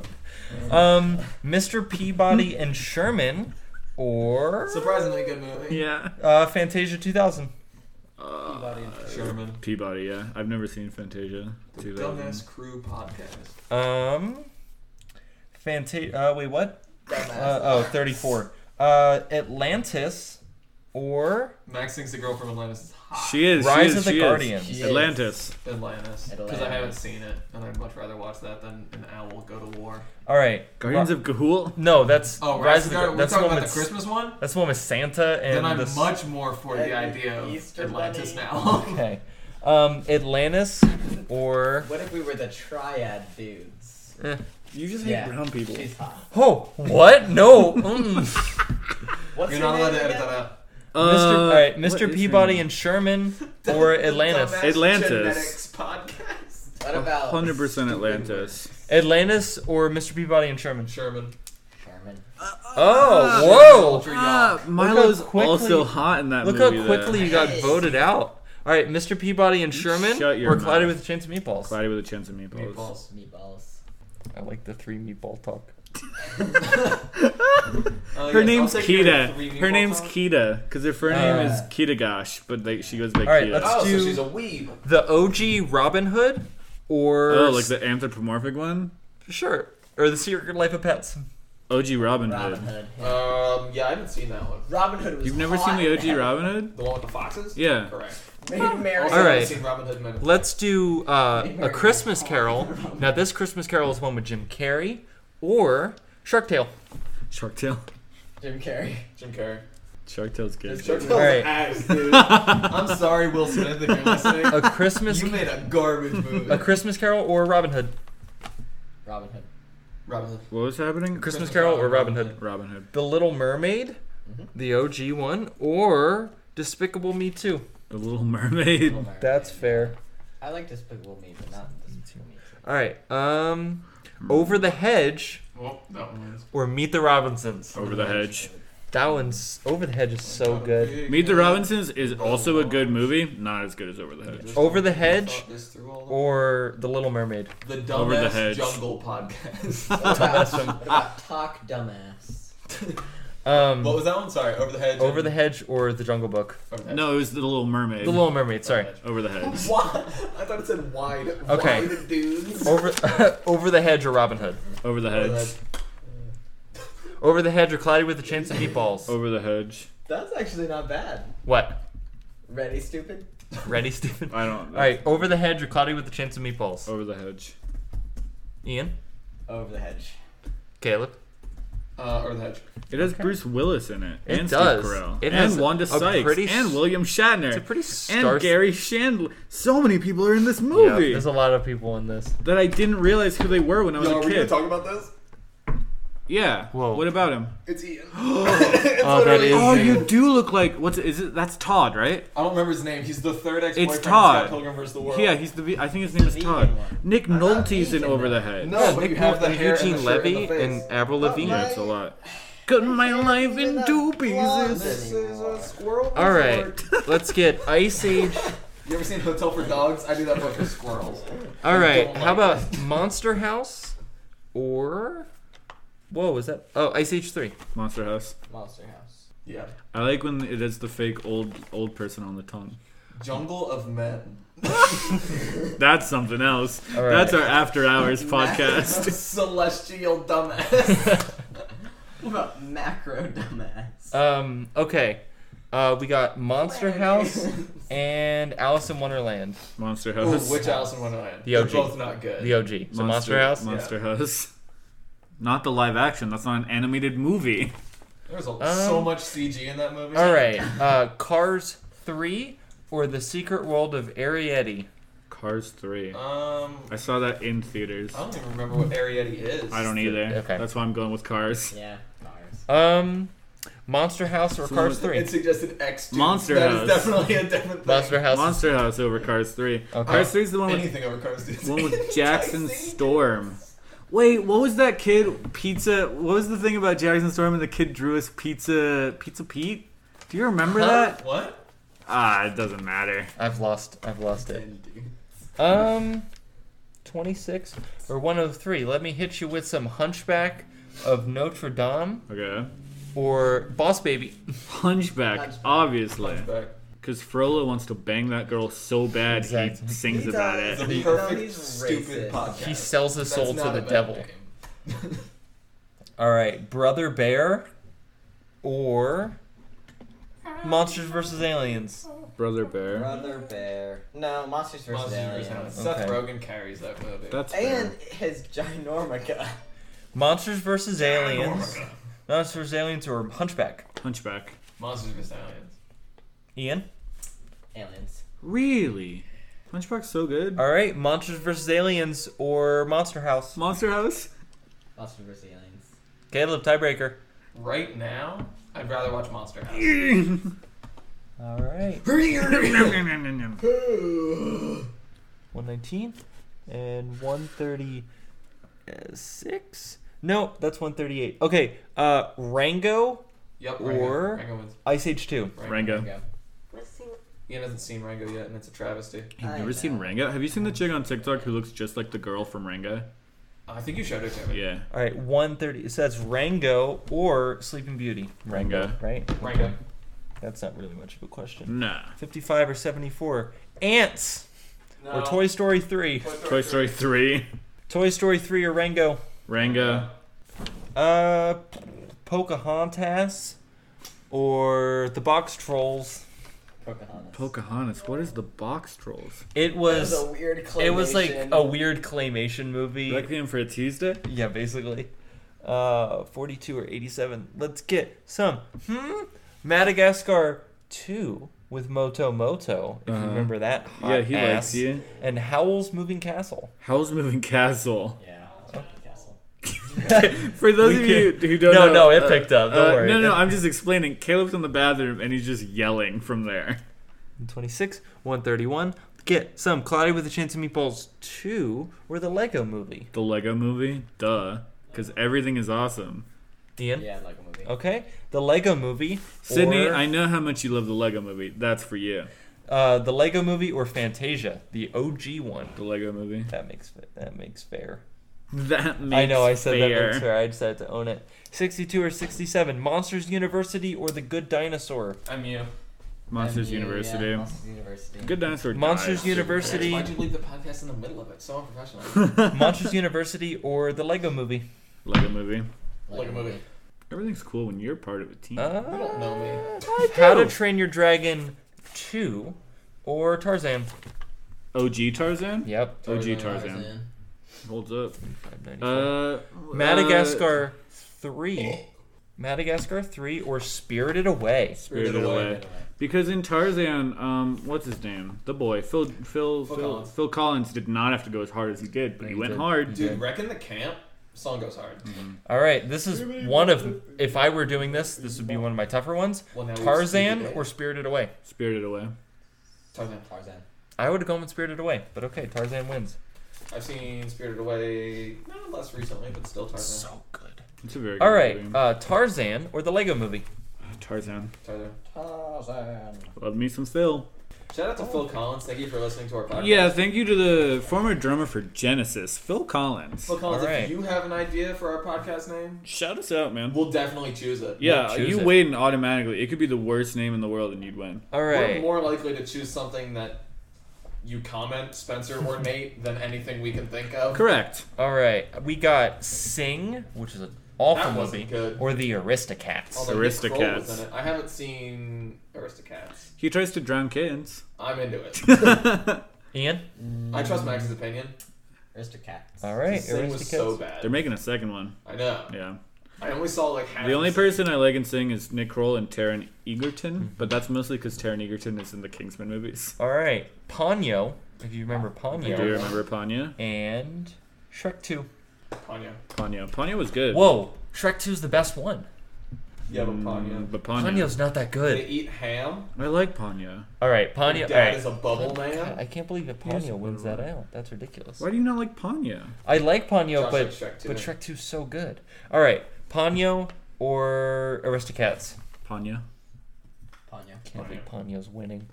S2: Um, Mr. Peabody and Sherman or
S3: Surprisingly good movie.
S1: Yeah.
S2: uh, Fantasia 2000?
S3: Sherman.
S1: Peabody, yeah. I've never seen Fantasia.
S3: The
S1: 2000.
S3: Dumbass Crew Podcast.
S2: Um, Fantasia. Uh, wait, what? Uh,
S4: Dumbass.
S2: oh, 34. Uh, Atlantis or
S3: Max thinks the girl from Atlantis is hot
S1: She is. she
S2: Rise
S1: is,
S2: of the
S1: she is.
S2: Guardians.
S4: She is.
S1: Atlantis.
S3: than Lioness. Because I
S4: Atlantis.
S3: haven't seen it, and I'd much rather watch that than an owl go to war.
S2: All right.
S1: Guardians
S2: Ri-
S1: of Gahul?
S2: No, that's
S3: Oh,
S2: Rise of the
S3: Guard-
S2: Guardians.
S3: We're
S2: That's the
S3: talking
S2: one
S3: about the
S2: with
S3: Christmas one?
S2: that's the one with Santa and
S3: then I'm
S2: the s-
S3: much more for the
S4: And
S3: idea of
S4: Easter
S3: Atlantis
S4: Bunny.
S3: now.
S2: Okay. Um, Atlantis or
S4: What if we were the triad dudes?
S1: You just hate
S4: Yeah.
S1: brown people.
S4: She's hot.
S2: oh what? No. Mm.
S4: What's
S3: You're
S4: her
S3: not allowed
S4: name
S3: to edit
S4: again?
S3: that out.
S2: Mr. All right,
S1: Uh, what is her
S2: Mr. Peabody
S1: name?
S2: and Sherman or Atlantis.
S3: Dumbass
S1: Atlantis.
S3: Genetics Podcast.
S4: What about
S1: 100% Atlantis.
S2: Atlantis or Mr. Peabody and Sherman.
S3: Sherman.
S4: Sherman?
S2: Oh, whoa!
S3: Ultra yacht.
S1: Milo's
S2: quickly-
S1: also hot in that
S2: Look how
S1: movie.
S2: quickly
S1: though.
S2: you got
S4: Hey.
S2: voted out. All right, Mr. Peabody and Sherman
S1: shut your
S2: or Cloudy
S1: mouth.
S2: with a Chance of Meatballs.
S1: Cloudy with a chance of meatballs.
S3: Meatballs.
S4: Meatballs.
S2: I like the three meatball talk.
S3: Uh,
S1: Her
S3: yes,
S1: name's
S3: I'll take your three
S1: Kita. Her
S3: meatball
S1: name's
S3: time.
S1: Kita because her first name is
S2: Uh.
S1: Kita Gosh, but like she goes by
S2: All right,
S1: Kita.
S2: let's-
S3: Oh, so
S2: do-
S3: she's a weeb.
S2: The OG Robin Hood or
S1: Oh, like the anthropomorphic one?
S2: sure, or the Secret Life of Pets.
S1: OG Robin Hood.
S4: Robin Hood. yeah.
S3: Um, yeah, I haven't seen that one.
S4: Robin Hood was.
S1: You've never
S4: hot
S1: seen the
S4: in
S1: OG
S4: that.
S1: Robin Hood?
S3: The one with the foxes?
S1: Yeah.
S3: Correct.
S4: Made in America.
S3: Also,
S2: All
S3: I haven't
S2: right.
S3: seen Robin Hood and Men in
S2: Let's do uh, a Christmas Carol. Now this Christmas Carol is one with Jim Carrey or Shark Tale.
S1: Shark Tale.
S4: Jim Carrey.
S3: Jim Carrey.
S1: Shark Tale's good.
S3: Jim Carrey's
S2: All right.
S3: ass, dude. I'm sorry, Will Smith, if you're listening.
S2: A Christmas
S3: You made a garbage movie.
S2: a Christmas Carol or Robin Hood.
S4: Robin Hood.
S3: Robin Hood.
S1: What was happening?
S2: Christmas Carol or Robin Hood.
S1: Robin Hood.
S2: The Little Mermaid,
S3: Mm-hmm.
S2: the OG one, or Despicable Me Too.
S1: The Little Mermaid.
S4: Little Mermaid.
S2: That's fair.
S4: I like Despicable Me, but not Despicable Me.
S2: All right. Um, Over the Hedge
S3: Well, that one is.
S2: or Meet the Robinsons.
S1: Over the Hedge.
S2: That one's Over the Hedge is so good.
S1: Meet the Robinsons is also a good movie. Not as good as Over the Hedge.
S2: Over the Hedge
S3: Thought this through all the-
S2: or The Little Mermaid.
S3: The
S1: Over the
S3: Dumbass
S1: Hedge.
S3: Jungle Podcast.
S4: What about, what about Talk Dumbass?
S2: Um,
S3: what was that one? Sorry, Over the Hedge.
S2: Over the
S3: and-
S2: Hedge or The Jungle Book.
S3: Over the Hedge.
S1: No, it was The Little Mermaid.
S2: The Little Mermaid. Sorry.
S1: Over the Hedge.
S3: Why? I thought it said wide.
S2: Okay.
S3: Wide dudes.
S2: Over Over the Hedge or Robin Hood.
S1: Over the
S3: Over the
S1: Hedge.
S3: Hedge.
S2: Over the Hedge or Cloudy with a Chance of Meatballs.
S1: Over the Hedge.
S4: That's actually not bad.
S2: What?
S4: Ready, stupid?
S2: Ready, Stephen? All
S1: I don't.
S2: right. Over the Hedge or Cloudy with a Chance of Meatballs.
S1: Over the Hedge.
S2: Ian,
S4: Over the hedge.
S2: Caleb.
S3: Uh, over the Hedge.
S1: It has Bruce Willis in it.
S2: It
S1: and
S2: does.
S1: Steve Carell.
S2: It
S1: and
S2: has
S1: Wanda
S2: a
S1: Sykes.
S2: pretty s-
S1: and William Shatner.
S2: It's a pretty
S1: and
S2: star-
S1: Gary Shandler. So many people are in this
S2: Yeah,
S1: movie
S2: there's a lot of people in this.
S1: that I didn't realize who they were when I was
S3: Yo, are
S1: a
S3: we gonna
S1: kid.
S3: talk about this?
S1: yeah.
S2: Whoa.
S1: What about him?
S3: It's Ian. It's
S2: Oh, that
S3: literally
S2: is
S1: Oh,
S3: Ian.
S1: you do look like what's is it? That's Todd, right?
S3: I don't remember his name. He's the third ex-boyfriend. of
S1: Todd.
S3: Scott Pilgrim versus the World.
S1: Yeah, he's the. ve- I think his name is
S4: The
S1: Todd.
S4: vegan one.
S1: Nick
S4: I'm not
S1: Nolte's in
S4: vegan,
S1: Over
S4: though.
S1: the Hedge.
S3: No, but you have the hair and
S2: Eugene
S3: the shirt
S2: Levy
S3: and the face.
S2: Avril Lavigne.
S1: Yeah, it's a lot. Cut my life in two pieces.
S3: This is a squirrel.
S2: All right,
S3: resort.
S2: let's get Ice Age.
S3: You ever seen Hotel for Dogs? I do that book for squirrels.
S2: All right,
S3: don't
S2: how
S3: like
S2: about Monster House or whoa, is that oh Ice Age three?
S1: Monster House.
S4: Monster House.
S3: Yeah.
S1: I like when it is the fake old old person on the tongue.
S3: Jungle of Men.
S1: That's something else.
S2: All right.
S1: That's our after hours podcast.
S3: Celestial dumbass.
S4: What about Macro Dumbass?
S2: Um, okay, uh, we got Monster House and Alice in Wonderland,
S1: Monster
S3: Ooh,
S1: House.
S3: which Alice in Wonderland?
S2: The
S3: They're
S2: OG.
S3: both not good.
S2: the OG. So Monster House.
S1: Monster House. Not the live action. That's not an animated movie.
S3: There's a, so
S2: Um,
S3: much CG in that movie.
S2: All right, uh, Cars three or The Secret World of Arietti.
S1: Cars 3.
S3: Um,
S1: I saw that in theaters.
S3: I don't even remember what Arietti is.
S1: I don't
S2: e-
S1: either.
S2: Oh, Okay.
S1: That's why I'm going with Cars.
S4: Yeah, Cars.
S2: Um, Monster House or
S1: So
S2: Cars
S1: it-
S2: three?
S3: It suggested X. dudes.
S1: Monster
S3: That
S1: House.
S3: is definitely a different thing.
S2: Monster House. is- Oh,
S1: Monster House over Cars 3.
S2: Okay.
S1: Cars 3 is the one with
S3: Anything over Cars dudes.
S1: one with Jackson
S3: Tyson.
S1: Storm. Wait, what was that kid pizza? What was the thing about Jackson Storm and the kid drew us pizza? Pizza Pete? Do you remember
S3: Huh?
S1: that?
S3: What?
S1: Ah, it doesn't matter.
S2: I've lost. I've lost it. Um, 26 or 103. Let me hit you with some Hunchback of Notre Dame
S1: Okay.
S2: or Boss Baby.
S1: Hunchback,
S4: Hunchback.
S1: obviously,
S3: Back.
S1: because Frollo wants to bang that girl so bad
S2: Exactly.
S1: he sings about it.
S3: The
S4: He-
S3: perfect
S4: no, he's
S3: stupid
S4: racist.
S3: podcast.
S2: He sells his
S3: That's
S2: soul to
S3: not
S2: the
S3: a bad
S2: devil.
S3: name.
S2: All right, Brother Bear or Monsters vs. Aliens.
S1: Brother Bear.
S4: Brother Bear. No, Monsters vs.
S3: Monsters vs.
S4: Aliens.
S3: Aliens.
S2: Okay.
S3: Seth Rogen carries that movie.
S1: That's
S4: And
S1: fair.
S4: his Ginormica.
S2: Monsters vs. Aliens.
S3: Ginormica.
S2: Monsters vs. Aliens or Hunchback.
S1: Hunchback.
S3: Monsters vs. Aliens.
S2: Ian.
S4: Aliens.
S1: Really? Hunchback's so good.
S2: All right, Monsters vs. Aliens or Monster House.
S1: Monster House.
S4: Monsters vs. Aliens.
S2: Caleb, tiebreaker.
S3: Right now, I'd rather watch Monster House.
S2: All right.
S1: Monster
S2: 119 and 136 no that's 138 okay uh rango
S3: Yep.
S2: Or-
S3: Rango. Rango wins.
S2: ice age 2
S1: Rango.
S4: There you
S3: Ian hasn't seen Rango yet, and it's a travesty.
S4: go.
S1: Have
S4: I
S1: you ever seen
S4: know.
S1: Ranga? Have you seen the chick on TikTok who looks just like the girl from Ranga?
S3: Uh, I think you showed it to me.
S1: Yeah.
S2: all right 130 so that's rango or sleeping beauty
S1: Rango.
S2: right
S3: Rango.
S2: that's not really much of a question
S1: Nah.
S2: 55 or 74 ants or Toy Story 3.
S1: Toy Story 3,
S2: Toy Story 3 or Rango.
S1: Rango,
S2: Uh, Pocahontas or The Box Trolls.
S4: Pocahontas.
S1: Pocahontas. What is the box trolls?
S2: It
S4: That was
S2: was
S4: a weird claymation.
S2: it was like a weird claymation movie.
S1: Requiem for a Tuesday?
S2: Yeah, basically. Uh, 42 or 87. Let's get some. Hmm? Madagascar 2 with Moto Moto, if
S1: Uh-huh.
S2: you remember that. Hot
S1: Yeah, he
S2: ass.
S1: likes you.
S2: And Howl's Moving Castle.
S1: Howl's Moving Castle.
S4: Yeah. that's Monkey Castle.
S1: For those
S2: We
S1: of you
S2: can't-
S1: who don't
S2: No,
S1: know, uh,
S2: no, it picked up. Don't worry.
S1: No, no, I'm just explaining. Caleb's in the bathroom and he's just yelling from there.
S2: 26, 131. Get some. Cloudy with a Chance of Meatballs 2 or the Lego movie.
S1: The Lego Movie, duh, because everything is awesome.
S2: Dean?
S4: Yeah, like a movie.
S2: Okay. The Lego movie.
S1: Sydney,
S2: or,
S1: I know how much you love the Lego Movie. That's for you.
S2: Uh, the Lego movie or Fantasia, the OG one.
S1: The Lego Movie.
S2: That makes that makes fair.
S1: That makes
S2: I know I said that
S1: fair.
S2: makes fair. I just had to own it. 62 or 67, Monsters University or The Good Dinosaur.
S3: I'm you.
S1: Monsters
S4: Yeah, yeah,
S1: University.
S4: Monsters University.
S1: Good dinosaur.
S2: Monsters
S1: dies.
S2: University,
S3: Why'd you leave the podcast in the middle of it? So unprofessional.
S2: Monsters University or The Lego Movie.
S1: Lego Movie.
S3: like a movie.
S1: Everything's cool when you're part of a team.
S2: Uh,
S3: You don't know me.
S2: How to Train Your Dragon 2 or Tarzan.
S1: OG Tarzan
S2: Yep.
S1: OG Tarzan. holds up.
S2: 594.
S1: Uh,
S2: Madagascar
S3: Uh,
S2: 3. Madagascar 3 or Spirited Away.
S1: Spirited Away. Because in Tarzan, um, what's his name? The boy, Phil, Phil, Phil, Phil Collins.
S3: Collins.
S1: did not have to go as hard as he did, but
S2: No,
S1: he,
S2: he
S1: went
S2: did.
S1: hard.
S3: Dude, Wreck in the Camp song goes hard.
S2: All right, this is one of if I were doing this, this would be one of my tougher ones.
S3: Well, now we
S2: Tarzan
S3: speak it.
S2: or Spirited Away.
S1: Spirited Away.
S3: Tarzan.
S4: Tarzan.
S2: I would have gone with Spirited Away, but okay, Tarzan wins.
S3: I've seen Spirited Away, no, less recently, but still Tarzan.
S2: good.
S1: It's a very good
S2: All right,
S1: movie.
S2: uh, Tarzan or the Lego Movie.
S1: Tarzan.
S3: Tarzan.
S4: Tarzan.
S1: Love me some Phil.
S3: Shout out to
S2: Oh.
S3: Phil Collins. Thank you for listening to our podcast.
S1: Yeah, thank you to the former drummer for Genesis, Phil Collins.
S3: Phil Collins,
S2: All right.
S3: if you have an idea for our podcast name,
S1: Shout us out, man.
S3: we'll definitely choose it.
S1: Yeah,
S2: We'll choose
S1: you
S2: it.
S1: win automatically. It could be the worst name in the world, and you'd win.
S2: All
S3: We're
S2: right,
S3: more likely to choose something that you comment, Spencer or Nate, than anything we can think of.
S1: Correct.
S2: all right. We got Sing, which is an awful
S3: That wasn't
S2: movie,
S3: good.
S2: or the Aristocats.
S3: Although Nick Kroll
S1: Aristocats.
S3: was in it. I haven't seen Aristocats.
S1: He tries to drown kittens.
S3: I'm into it.
S1: They're
S2: Ian.
S3: I trust Max's opinion.
S4: Aristocats.
S2: All right,
S3: This thing was
S2: Aristocats.
S3: so bad.
S1: making a second one.
S3: I know.
S1: Yeah.
S3: I only saw like half.
S1: The only
S3: of
S1: person I like and sing is Nick Kroll and Taron Egerton, but that's mostly because Taron Egerton is in the Kingsman movies.
S2: All right, Ponyo. If you remember
S1: I Do you
S2: Ponyo,
S1: remember Ponyo?
S2: and Shrek Two.
S3: Ponyo.
S1: Ponyo. Ponyo was good.
S2: Whoa, Shrek Two's the best one.
S3: Yeah, but Ponyo.
S1: Mm, But Ponyo.
S2: Ponyo's not that
S3: They
S2: good.
S3: eat ham.
S1: I like Ponyo.
S2: All right, Ponyo.
S3: Dad
S2: all right.
S3: is a bubble
S2: God,
S3: man.
S2: I can't believe that
S1: Here's
S2: Ponyo wins
S1: another
S2: that out. That's ridiculous.
S1: Why do you not like Ponyo?
S2: I like Ponyo,
S3: Josh
S2: but
S3: likes Shrek too.
S2: but Shrek 2's so good. All right, Ponyo or Aristocats.
S1: Ponyo.
S4: Ponyo.
S2: Can't believe Ponyo's winning.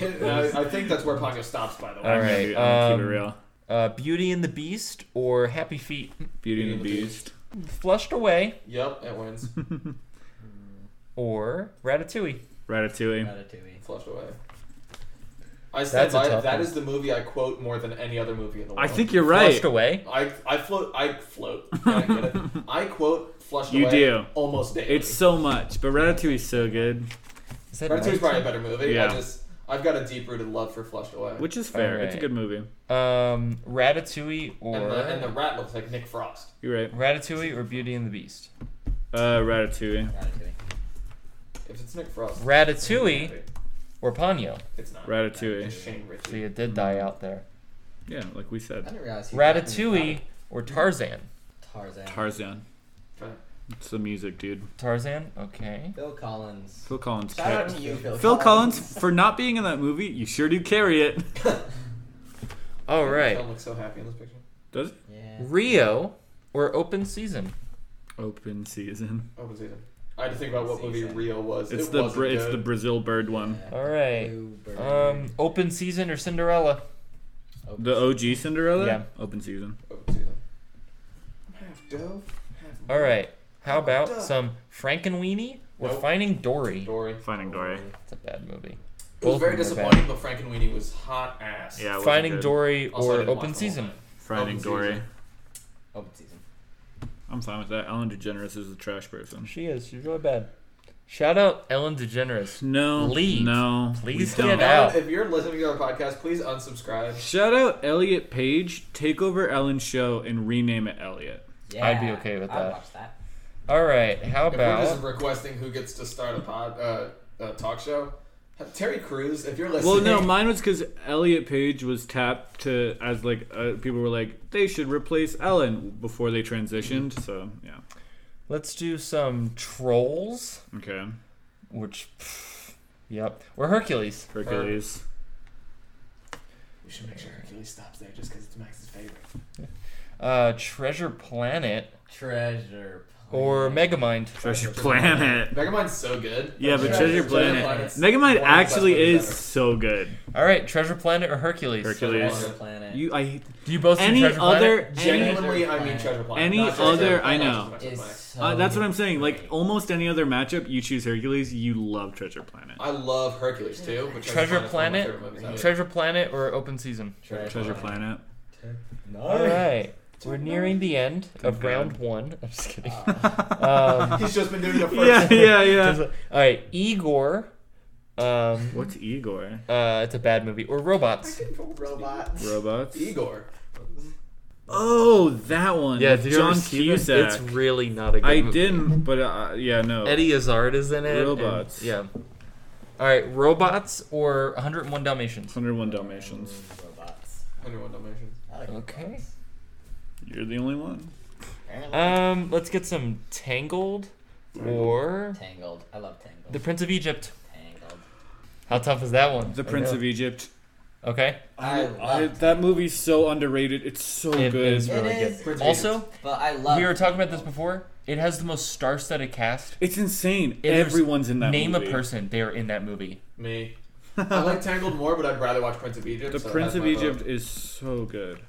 S3: I, I think that's where Ponyo stops, by the way.
S2: All
S1: I'm gonna
S2: right,
S1: be- I'm gonna keep
S2: um,
S1: it real.
S2: Uh, Beauty and the Beast or Happy Feet.
S1: Beauty and the Beast.
S2: Flushed Away
S3: Yep, it wins.
S2: or Ratatouille.
S1: Ratatouille.
S4: Ratatouille.
S3: Flushed away. I stand
S2: That's a
S3: by
S2: tough
S3: it. That
S2: one.
S3: is the movie I quote more than any other movie in the world.
S1: I think you're right.
S2: Flushed Away.
S3: I I float. I float. Yeah, I, get it. I quote flushed
S1: You
S3: away.
S1: do.
S3: almost daily.
S1: It's so much, but Ratatouille's so good,
S2: Is that
S3: Ratatouille's probably a better movie.
S1: Yeah.
S3: I just I've got a deep rooted love for flushed away.
S1: which is fair. It's a
S2: Alright.
S1: good movie.
S2: Um, Ratatouille or
S3: and, the, and the rat looks like Nick Frost.
S1: You're right.
S2: Ratatouille or Beauty and the Beast.
S1: Uh, Ratatouille.
S4: Ratatouille.
S3: If it's Nick Frost,
S2: Ratatouille or Ponyo.
S3: It's not.
S1: Ratatouille.
S3: It's Shane
S2: So
S3: Ritchie.
S2: you did die out there.
S1: Yeah, like we
S4: I
S1: said.
S4: didn't realize he
S2: Ratatouille or Tarzan.
S4: Tarzan.
S1: Tarzan.
S3: Okay.
S1: It's the music, dude.
S2: Tarzan. Okay.
S4: Phil Collins.
S1: Phil Collins.
S4: Shout out
S1: ca-
S4: to you, Phil.
S1: Phil Collins for not being in that movie. You sure do carry it.
S2: All right.
S3: Don't look so happy in this picture.
S1: Does it?
S4: Yeah.
S2: Rio or open season?
S1: open season?
S3: Open season. Oh, I had to think about what movie
S4: Season.
S3: Rio was.
S1: It's
S3: it
S1: the
S3: wasn't
S1: Bra- it's
S3: good.
S1: the Brazil bird one.
S4: Yeah.
S2: All right.
S4: Bluebird.
S2: Um, open season or Cinderella?
S4: Oh,
S1: The OG Cinderella.
S2: Yeah.
S1: Open season.
S3: Open season. I'm Oh, half dove, half
S2: All right. How about some Frankenweenie or
S3: Nope.
S2: Finding Dory?
S3: Dory.
S1: Finding Dory.
S2: It's a bad movie.
S3: It was
S2: Both
S3: very
S2: of them are
S3: disappointing, but Frank and Weenie was hot ass.
S1: Yeah, That wasn't
S2: Finding
S1: good.
S2: Dory
S3: Also, I
S2: or
S3: didn't watch the
S2: Open
S3: whole
S2: Season.
S3: thing.
S1: Finding
S3: Open
S1: Dory.
S3: season.
S4: Open season.
S1: I'm fine with that. Ellen DeGeneres is a trash person.
S2: She is. She's really bad. Shout out Ellen DeGeneres.
S1: No.
S2: Leave.
S1: No.
S2: Please
S1: we don't.
S2: get out.
S3: If you're listening to our podcast, please unsubscribe.
S1: Shout out Elliot Page. Take over Ellen's show and rename it Elliot.
S4: Yeah.
S2: I'd be okay with that.
S4: I'd watch that.
S2: All right. How
S3: If we're just
S2: about
S3: requesting who gets to start a pod, uh, a talk show, Terry Crews, if you're
S1: Well,
S3: listening.
S1: no, mine was because Elliot Page was tapped to as like uh, people were like they should replace Ellen before they transitioned. So yeah,
S2: let's do some trolls,
S1: okay,
S2: which, pff, yep, or Hercules.
S1: Hercules.
S3: we should make sure Hercules stops there just because it's Max's favorite.
S2: Uh, Treasure Planet
S4: Treasure.
S2: or
S4: Planet.
S2: Megamind.
S1: Treasure Planet.
S3: Megamind's so good.
S1: Yeah, but
S4: Treasure
S1: Treasure Planet.
S3: Planet's one
S1: Megamind
S3: of the best
S1: actually
S3: movies
S1: is
S3: ever.
S1: so good.
S2: All right, Treasure Planet or Hercules.
S1: Hercules.
S4: Treasure Planet.
S1: You, I
S2: Do you both see
S1: any
S2: Treasure Planet?
S1: other any,
S3: Genuinely, I mean
S4: Planet.
S3: Treasure Planet.
S1: Any
S3: Not just
S1: other-
S3: Treasure
S1: I
S3: Planet,
S1: know.
S3: not just
S4: is
S3: Treasure Planet.
S4: so
S1: uh, that's what I'm saying. Like
S4: great.
S1: almost any other matchup, you choose Hercules. You love Treasure Planet.
S3: I love Hercules too. But
S2: Treasure
S3: Planet's one of my
S2: Planet?
S3: favorite movies ever.
S2: Treasure Planet or Open Season.
S4: Treasure,
S1: Treasure Planet.
S2: All
S4: No.
S2: right. We're nearing the end Ah. of round one. I'm just kidding. um,
S3: He's just been doing the first.
S1: Yeah, yeah, yeah.
S2: all right, Igor. Um,
S1: What's Igor?
S2: uh, it's a bad movie. Or robots.
S3: Robots.
S1: Robots.
S3: Igor.
S1: Oh, that one.
S2: Yeah,
S1: with
S2: did you ever
S1: John
S2: see that?
S1: Cusack.
S2: It's really not a good
S1: I
S2: movie.
S1: didn't, but uh, yeah, no.
S2: Eddie Izzard is in it. and-
S1: Robots.
S2: yeah. All right, robots or 101 Dalmatians.
S1: 101 Dalmatians.
S4: Robots.
S3: 101 Dalmatians.
S4: I like
S2: Okay.
S4: robots.
S1: You're the only one.
S4: Apparently.
S2: Um, let's get some Tangled or
S4: Tangled. I love Tangled.
S2: The Prince of Egypt.
S4: Tangled.
S2: How tough is that one?
S1: The Prince of Egypt.
S2: Okay.
S1: I,
S4: I love.
S1: that movie's so underrated. It's so
S2: Ah. It
S1: good.
S2: is
S4: It
S2: really
S4: is.
S2: good.
S3: Prince of
S2: Also,
S4: But I love.
S2: we were talking about this before. It has the most star-studded cast.
S1: It's insane.
S2: If there's-
S1: Everyone's in that
S2: Name
S1: movie.
S2: a person. They are in that movie.
S3: Me. I like Tangled more, but I'd rather watch Prince of Egypt.
S1: The
S3: so
S1: Prince
S3: that's
S1: of
S3: my vote.
S1: Egypt is so good.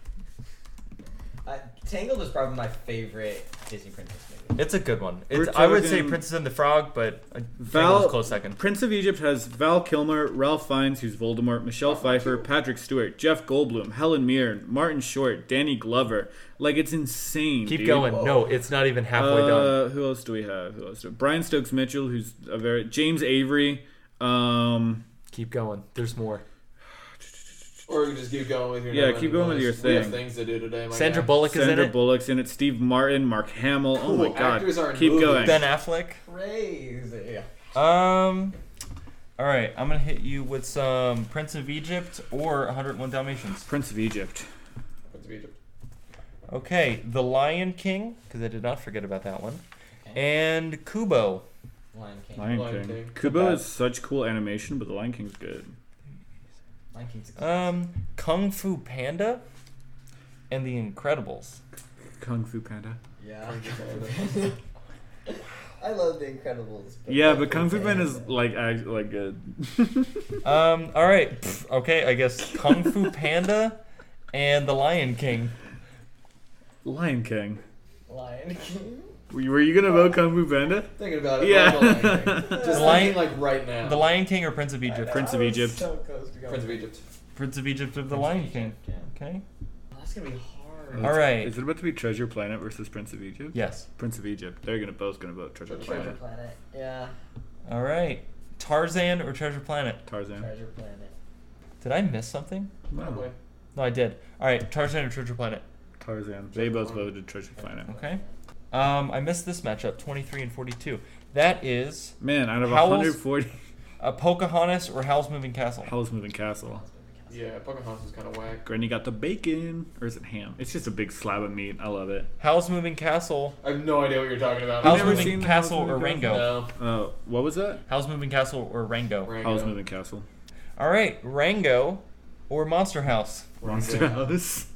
S4: I, Tangled is probably my favorite Disney princess movie.
S2: It's a good one.
S1: We're
S2: It's, I would say
S1: talking-
S2: Princess and the Frog, but uh,
S1: Val-
S2: Tangled is close second.
S1: Prince of Egypt has Val Kilmer, Ralph Fiennes, who's Voldemort, Michelle Pfeiffer, Patrick Stewart, Jeff Goldblum, Helen Mirren, Martin Short, Danny Glover. Like it's insane.
S2: Keep
S1: dude.
S2: going. No, it's not even halfway done.
S1: Uh, who else do we have? Who else? Do Brian Stokes Mitchell, who's a very James Avery. Um,
S2: Keep going. There's more.
S1: Oh
S3: Or you just keep going with your.
S1: Yeah,
S3: number one
S1: keep going with
S3: list.
S1: your
S3: We have
S1: thing.
S3: things to do today. My
S2: Sandra
S3: guy.
S2: Bullock is in
S1: Sandra
S2: it.
S1: Bullock's in it. Steve Martin, Mark Hamill. Oh my
S3: Cool.
S1: God!
S3: Actors are in
S1: Keep
S3: movies.
S1: going.
S2: ben Affleck.
S4: Crazy.
S2: Um. All right, I'm gonna hit you with some Prince of Egypt or 101 Dalmatians.
S1: Prince of Egypt.
S3: Prince of Egypt.
S2: Okay, The Lion King, because I did not forget about that one, and Kubo.
S4: Lion King.
S1: Lion,
S3: Lion
S1: King.
S3: King.
S1: Kubo
S2: bad.
S1: is such cool animation, but The Lion King's good.
S4: Lion King's. a-
S2: Um, Kung Fu Panda, and The Incredibles.
S1: Kung Fu Panda.
S4: yeah. I love The Incredibles.
S1: Yeah, but Kung Fu Panda is like act, like good.
S2: Um. All right. pff, Okay, I guess Kung Fu Panda and The Lion King.
S1: Lion King.
S4: Lion King.
S1: Were you, were you gonna vote Kung Fu Panda?
S3: Thinking about it.
S1: Yeah.
S3: Yeah. Just
S2: Lion-
S3: thinking like right now.
S2: The Lion King or Prince of Egypt.
S1: Prince of
S4: I was
S1: Egypt.
S4: So close to going.
S3: Prince of Egypt.
S2: Prince of Egypt of The Lion King.
S4: Yeah.
S2: Okay.
S4: That's gonna be hard.
S3: Mm-hmm.
S2: All right.
S1: Is it about to be Treasure Planet versus Prince of Egypt?
S2: Yes.
S1: Prince of Egypt. They're gonna both gonna vote Treasure
S3: Treasure
S1: Planet.
S4: Treasure Planet. Yeah.
S2: All right. Tarzan or Treasure Planet.
S1: Tarzan.
S4: Treasure Planet.
S2: Did I miss something?
S1: No.
S3: Probably.
S2: No, I did. All right, Tarzan or Treasure Planet.
S1: Tarzan. They both voted Treasure Planet.
S2: Okay. Um, I missed this matchup, 23 and 42. That is
S1: Man, out of
S2: Howl's-
S1: 140,
S2: a Pocahontas or Howl's Moving Castle.
S1: Howl's Moving Castle.
S3: Yeah, Pocahontas was kind of whack.
S1: Granny got the bacon, or is it ham? It's just a big slab of meat. I love it.
S2: Howl's Moving Castle.
S3: I have no idea what you're talking about.
S2: Howl's
S1: never
S2: Moving
S1: seen the
S2: Castle
S1: Howl's
S2: or
S1: Moving
S2: Rango.
S3: No.
S1: Oh, what was that?
S2: Howl's Moving Castle or Rango.
S3: Rango.
S1: Howl's Moving Castle.
S2: All right, Rango or Monster House.
S1: Monster House.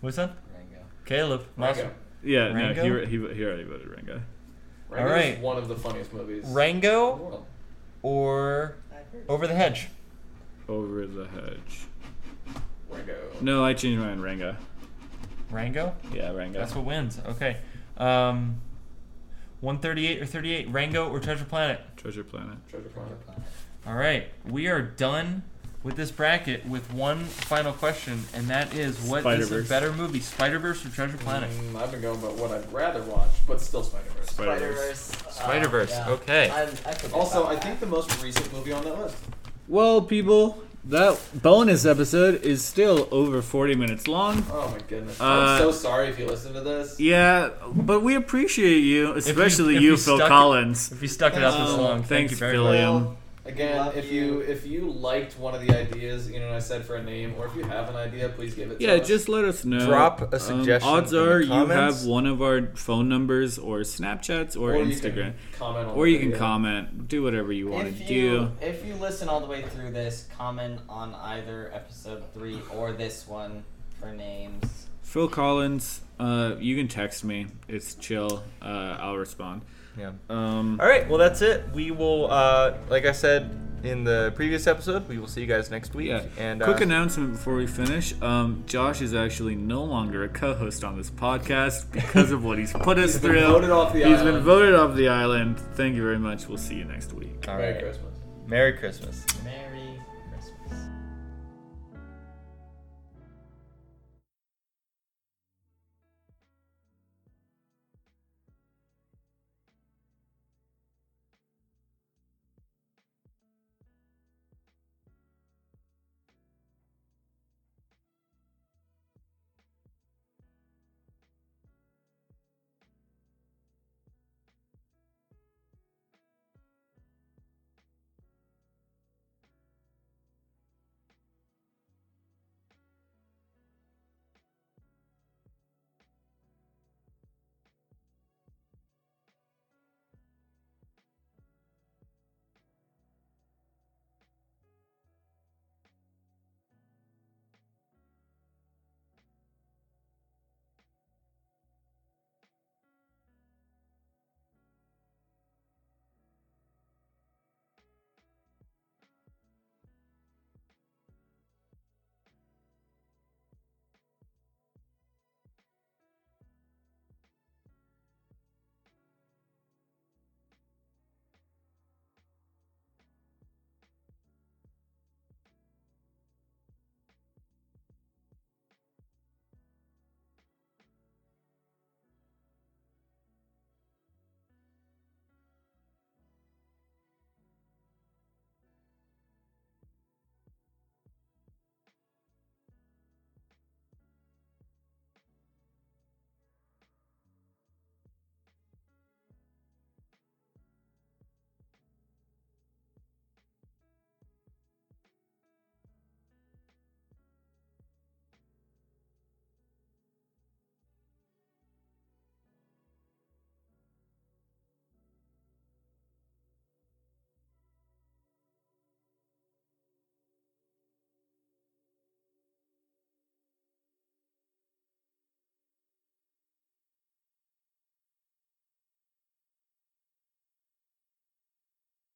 S2: What's that?
S4: Rango.
S2: Caleb. Monster.
S3: Rango.
S1: Yeah,
S2: Rango?
S1: no, he, he, he already voted Rango.
S3: Rango
S2: Alright.
S3: is one of the funniest movies. in the
S2: Rango
S3: world.
S2: or
S4: I've heard.
S2: Over the Hedge.
S1: Over the hedge.
S3: Rango.
S1: No, I changed mine. Rango.
S2: Rango?
S1: Yeah, Rango.
S2: That's what wins. Okay. Um, 138 or 38, Rango or Treasure Planet.
S1: Treasure Planet.
S3: Treasure Planet.
S4: Planet.
S2: All right, we are done with this bracket with one final question, and that is what is a
S1: Spider-Verse.
S2: better movie, Spider Verse or Treasure Planet?
S3: Mm, I've been going about what I'd rather watch, but still Spider Verse.
S4: Spider Verse.
S2: Spider Verse. Okay.
S4: Uh, I'm, I forgot
S3: Also,
S4: about
S3: I
S4: that.
S3: think the most recent movie on that list.
S1: Well, people, that bonus episode is still over 40 minutes long.
S3: Oh my goodness!
S1: Uh,
S3: I'm so sorry if you listen to this.
S1: Yeah, but we appreciate you, especially
S2: if
S1: you,
S2: you
S1: Phil
S2: stuck it-
S1: Collins. Oh,
S2: If you stuck it out this
S3: Um,
S2: long, thank
S1: thanks,
S2: you very
S1: Phil.
S2: much.
S1: William.
S3: Again,
S4: Love
S3: if
S4: you.
S3: you if you liked one of the ideas, you know, I said for a name, or if you have an idea, please give it. to
S1: Yeah,
S3: us.
S1: just let us know.
S2: Drop a
S1: Um,
S2: suggestion
S1: odds
S2: in the
S1: are you
S2: comments.
S1: have one of our phone numbers or Snapchats or, Instagram.
S3: You can comment on
S1: or
S3: the
S1: you can
S3: video.
S1: comment, do whatever you want to
S4: If you
S1: do.
S4: if you listen all the way through this, comment on either episode three or this one for names.
S1: Phil Collins, uh, you can text me. It's chill. Uh, I'll respond.
S2: Yeah.
S1: Um,
S2: All right, well, that's it. We will, uh, like I said in the previous episode, we will see you guys next week.
S1: Yeah.
S2: And
S1: Quick
S2: uh,
S1: announcement before we finish. Um, Josh is actually no longer a co-host on this podcast because of what he's put us
S3: He's been
S1: through.
S3: voted off the
S1: He's been
S3: island.
S1: voted off the island. Thank you very much. We'll see you next week.
S2: All
S3: Merry
S2: right.
S3: Christmas.
S2: Merry Christmas.
S4: Merry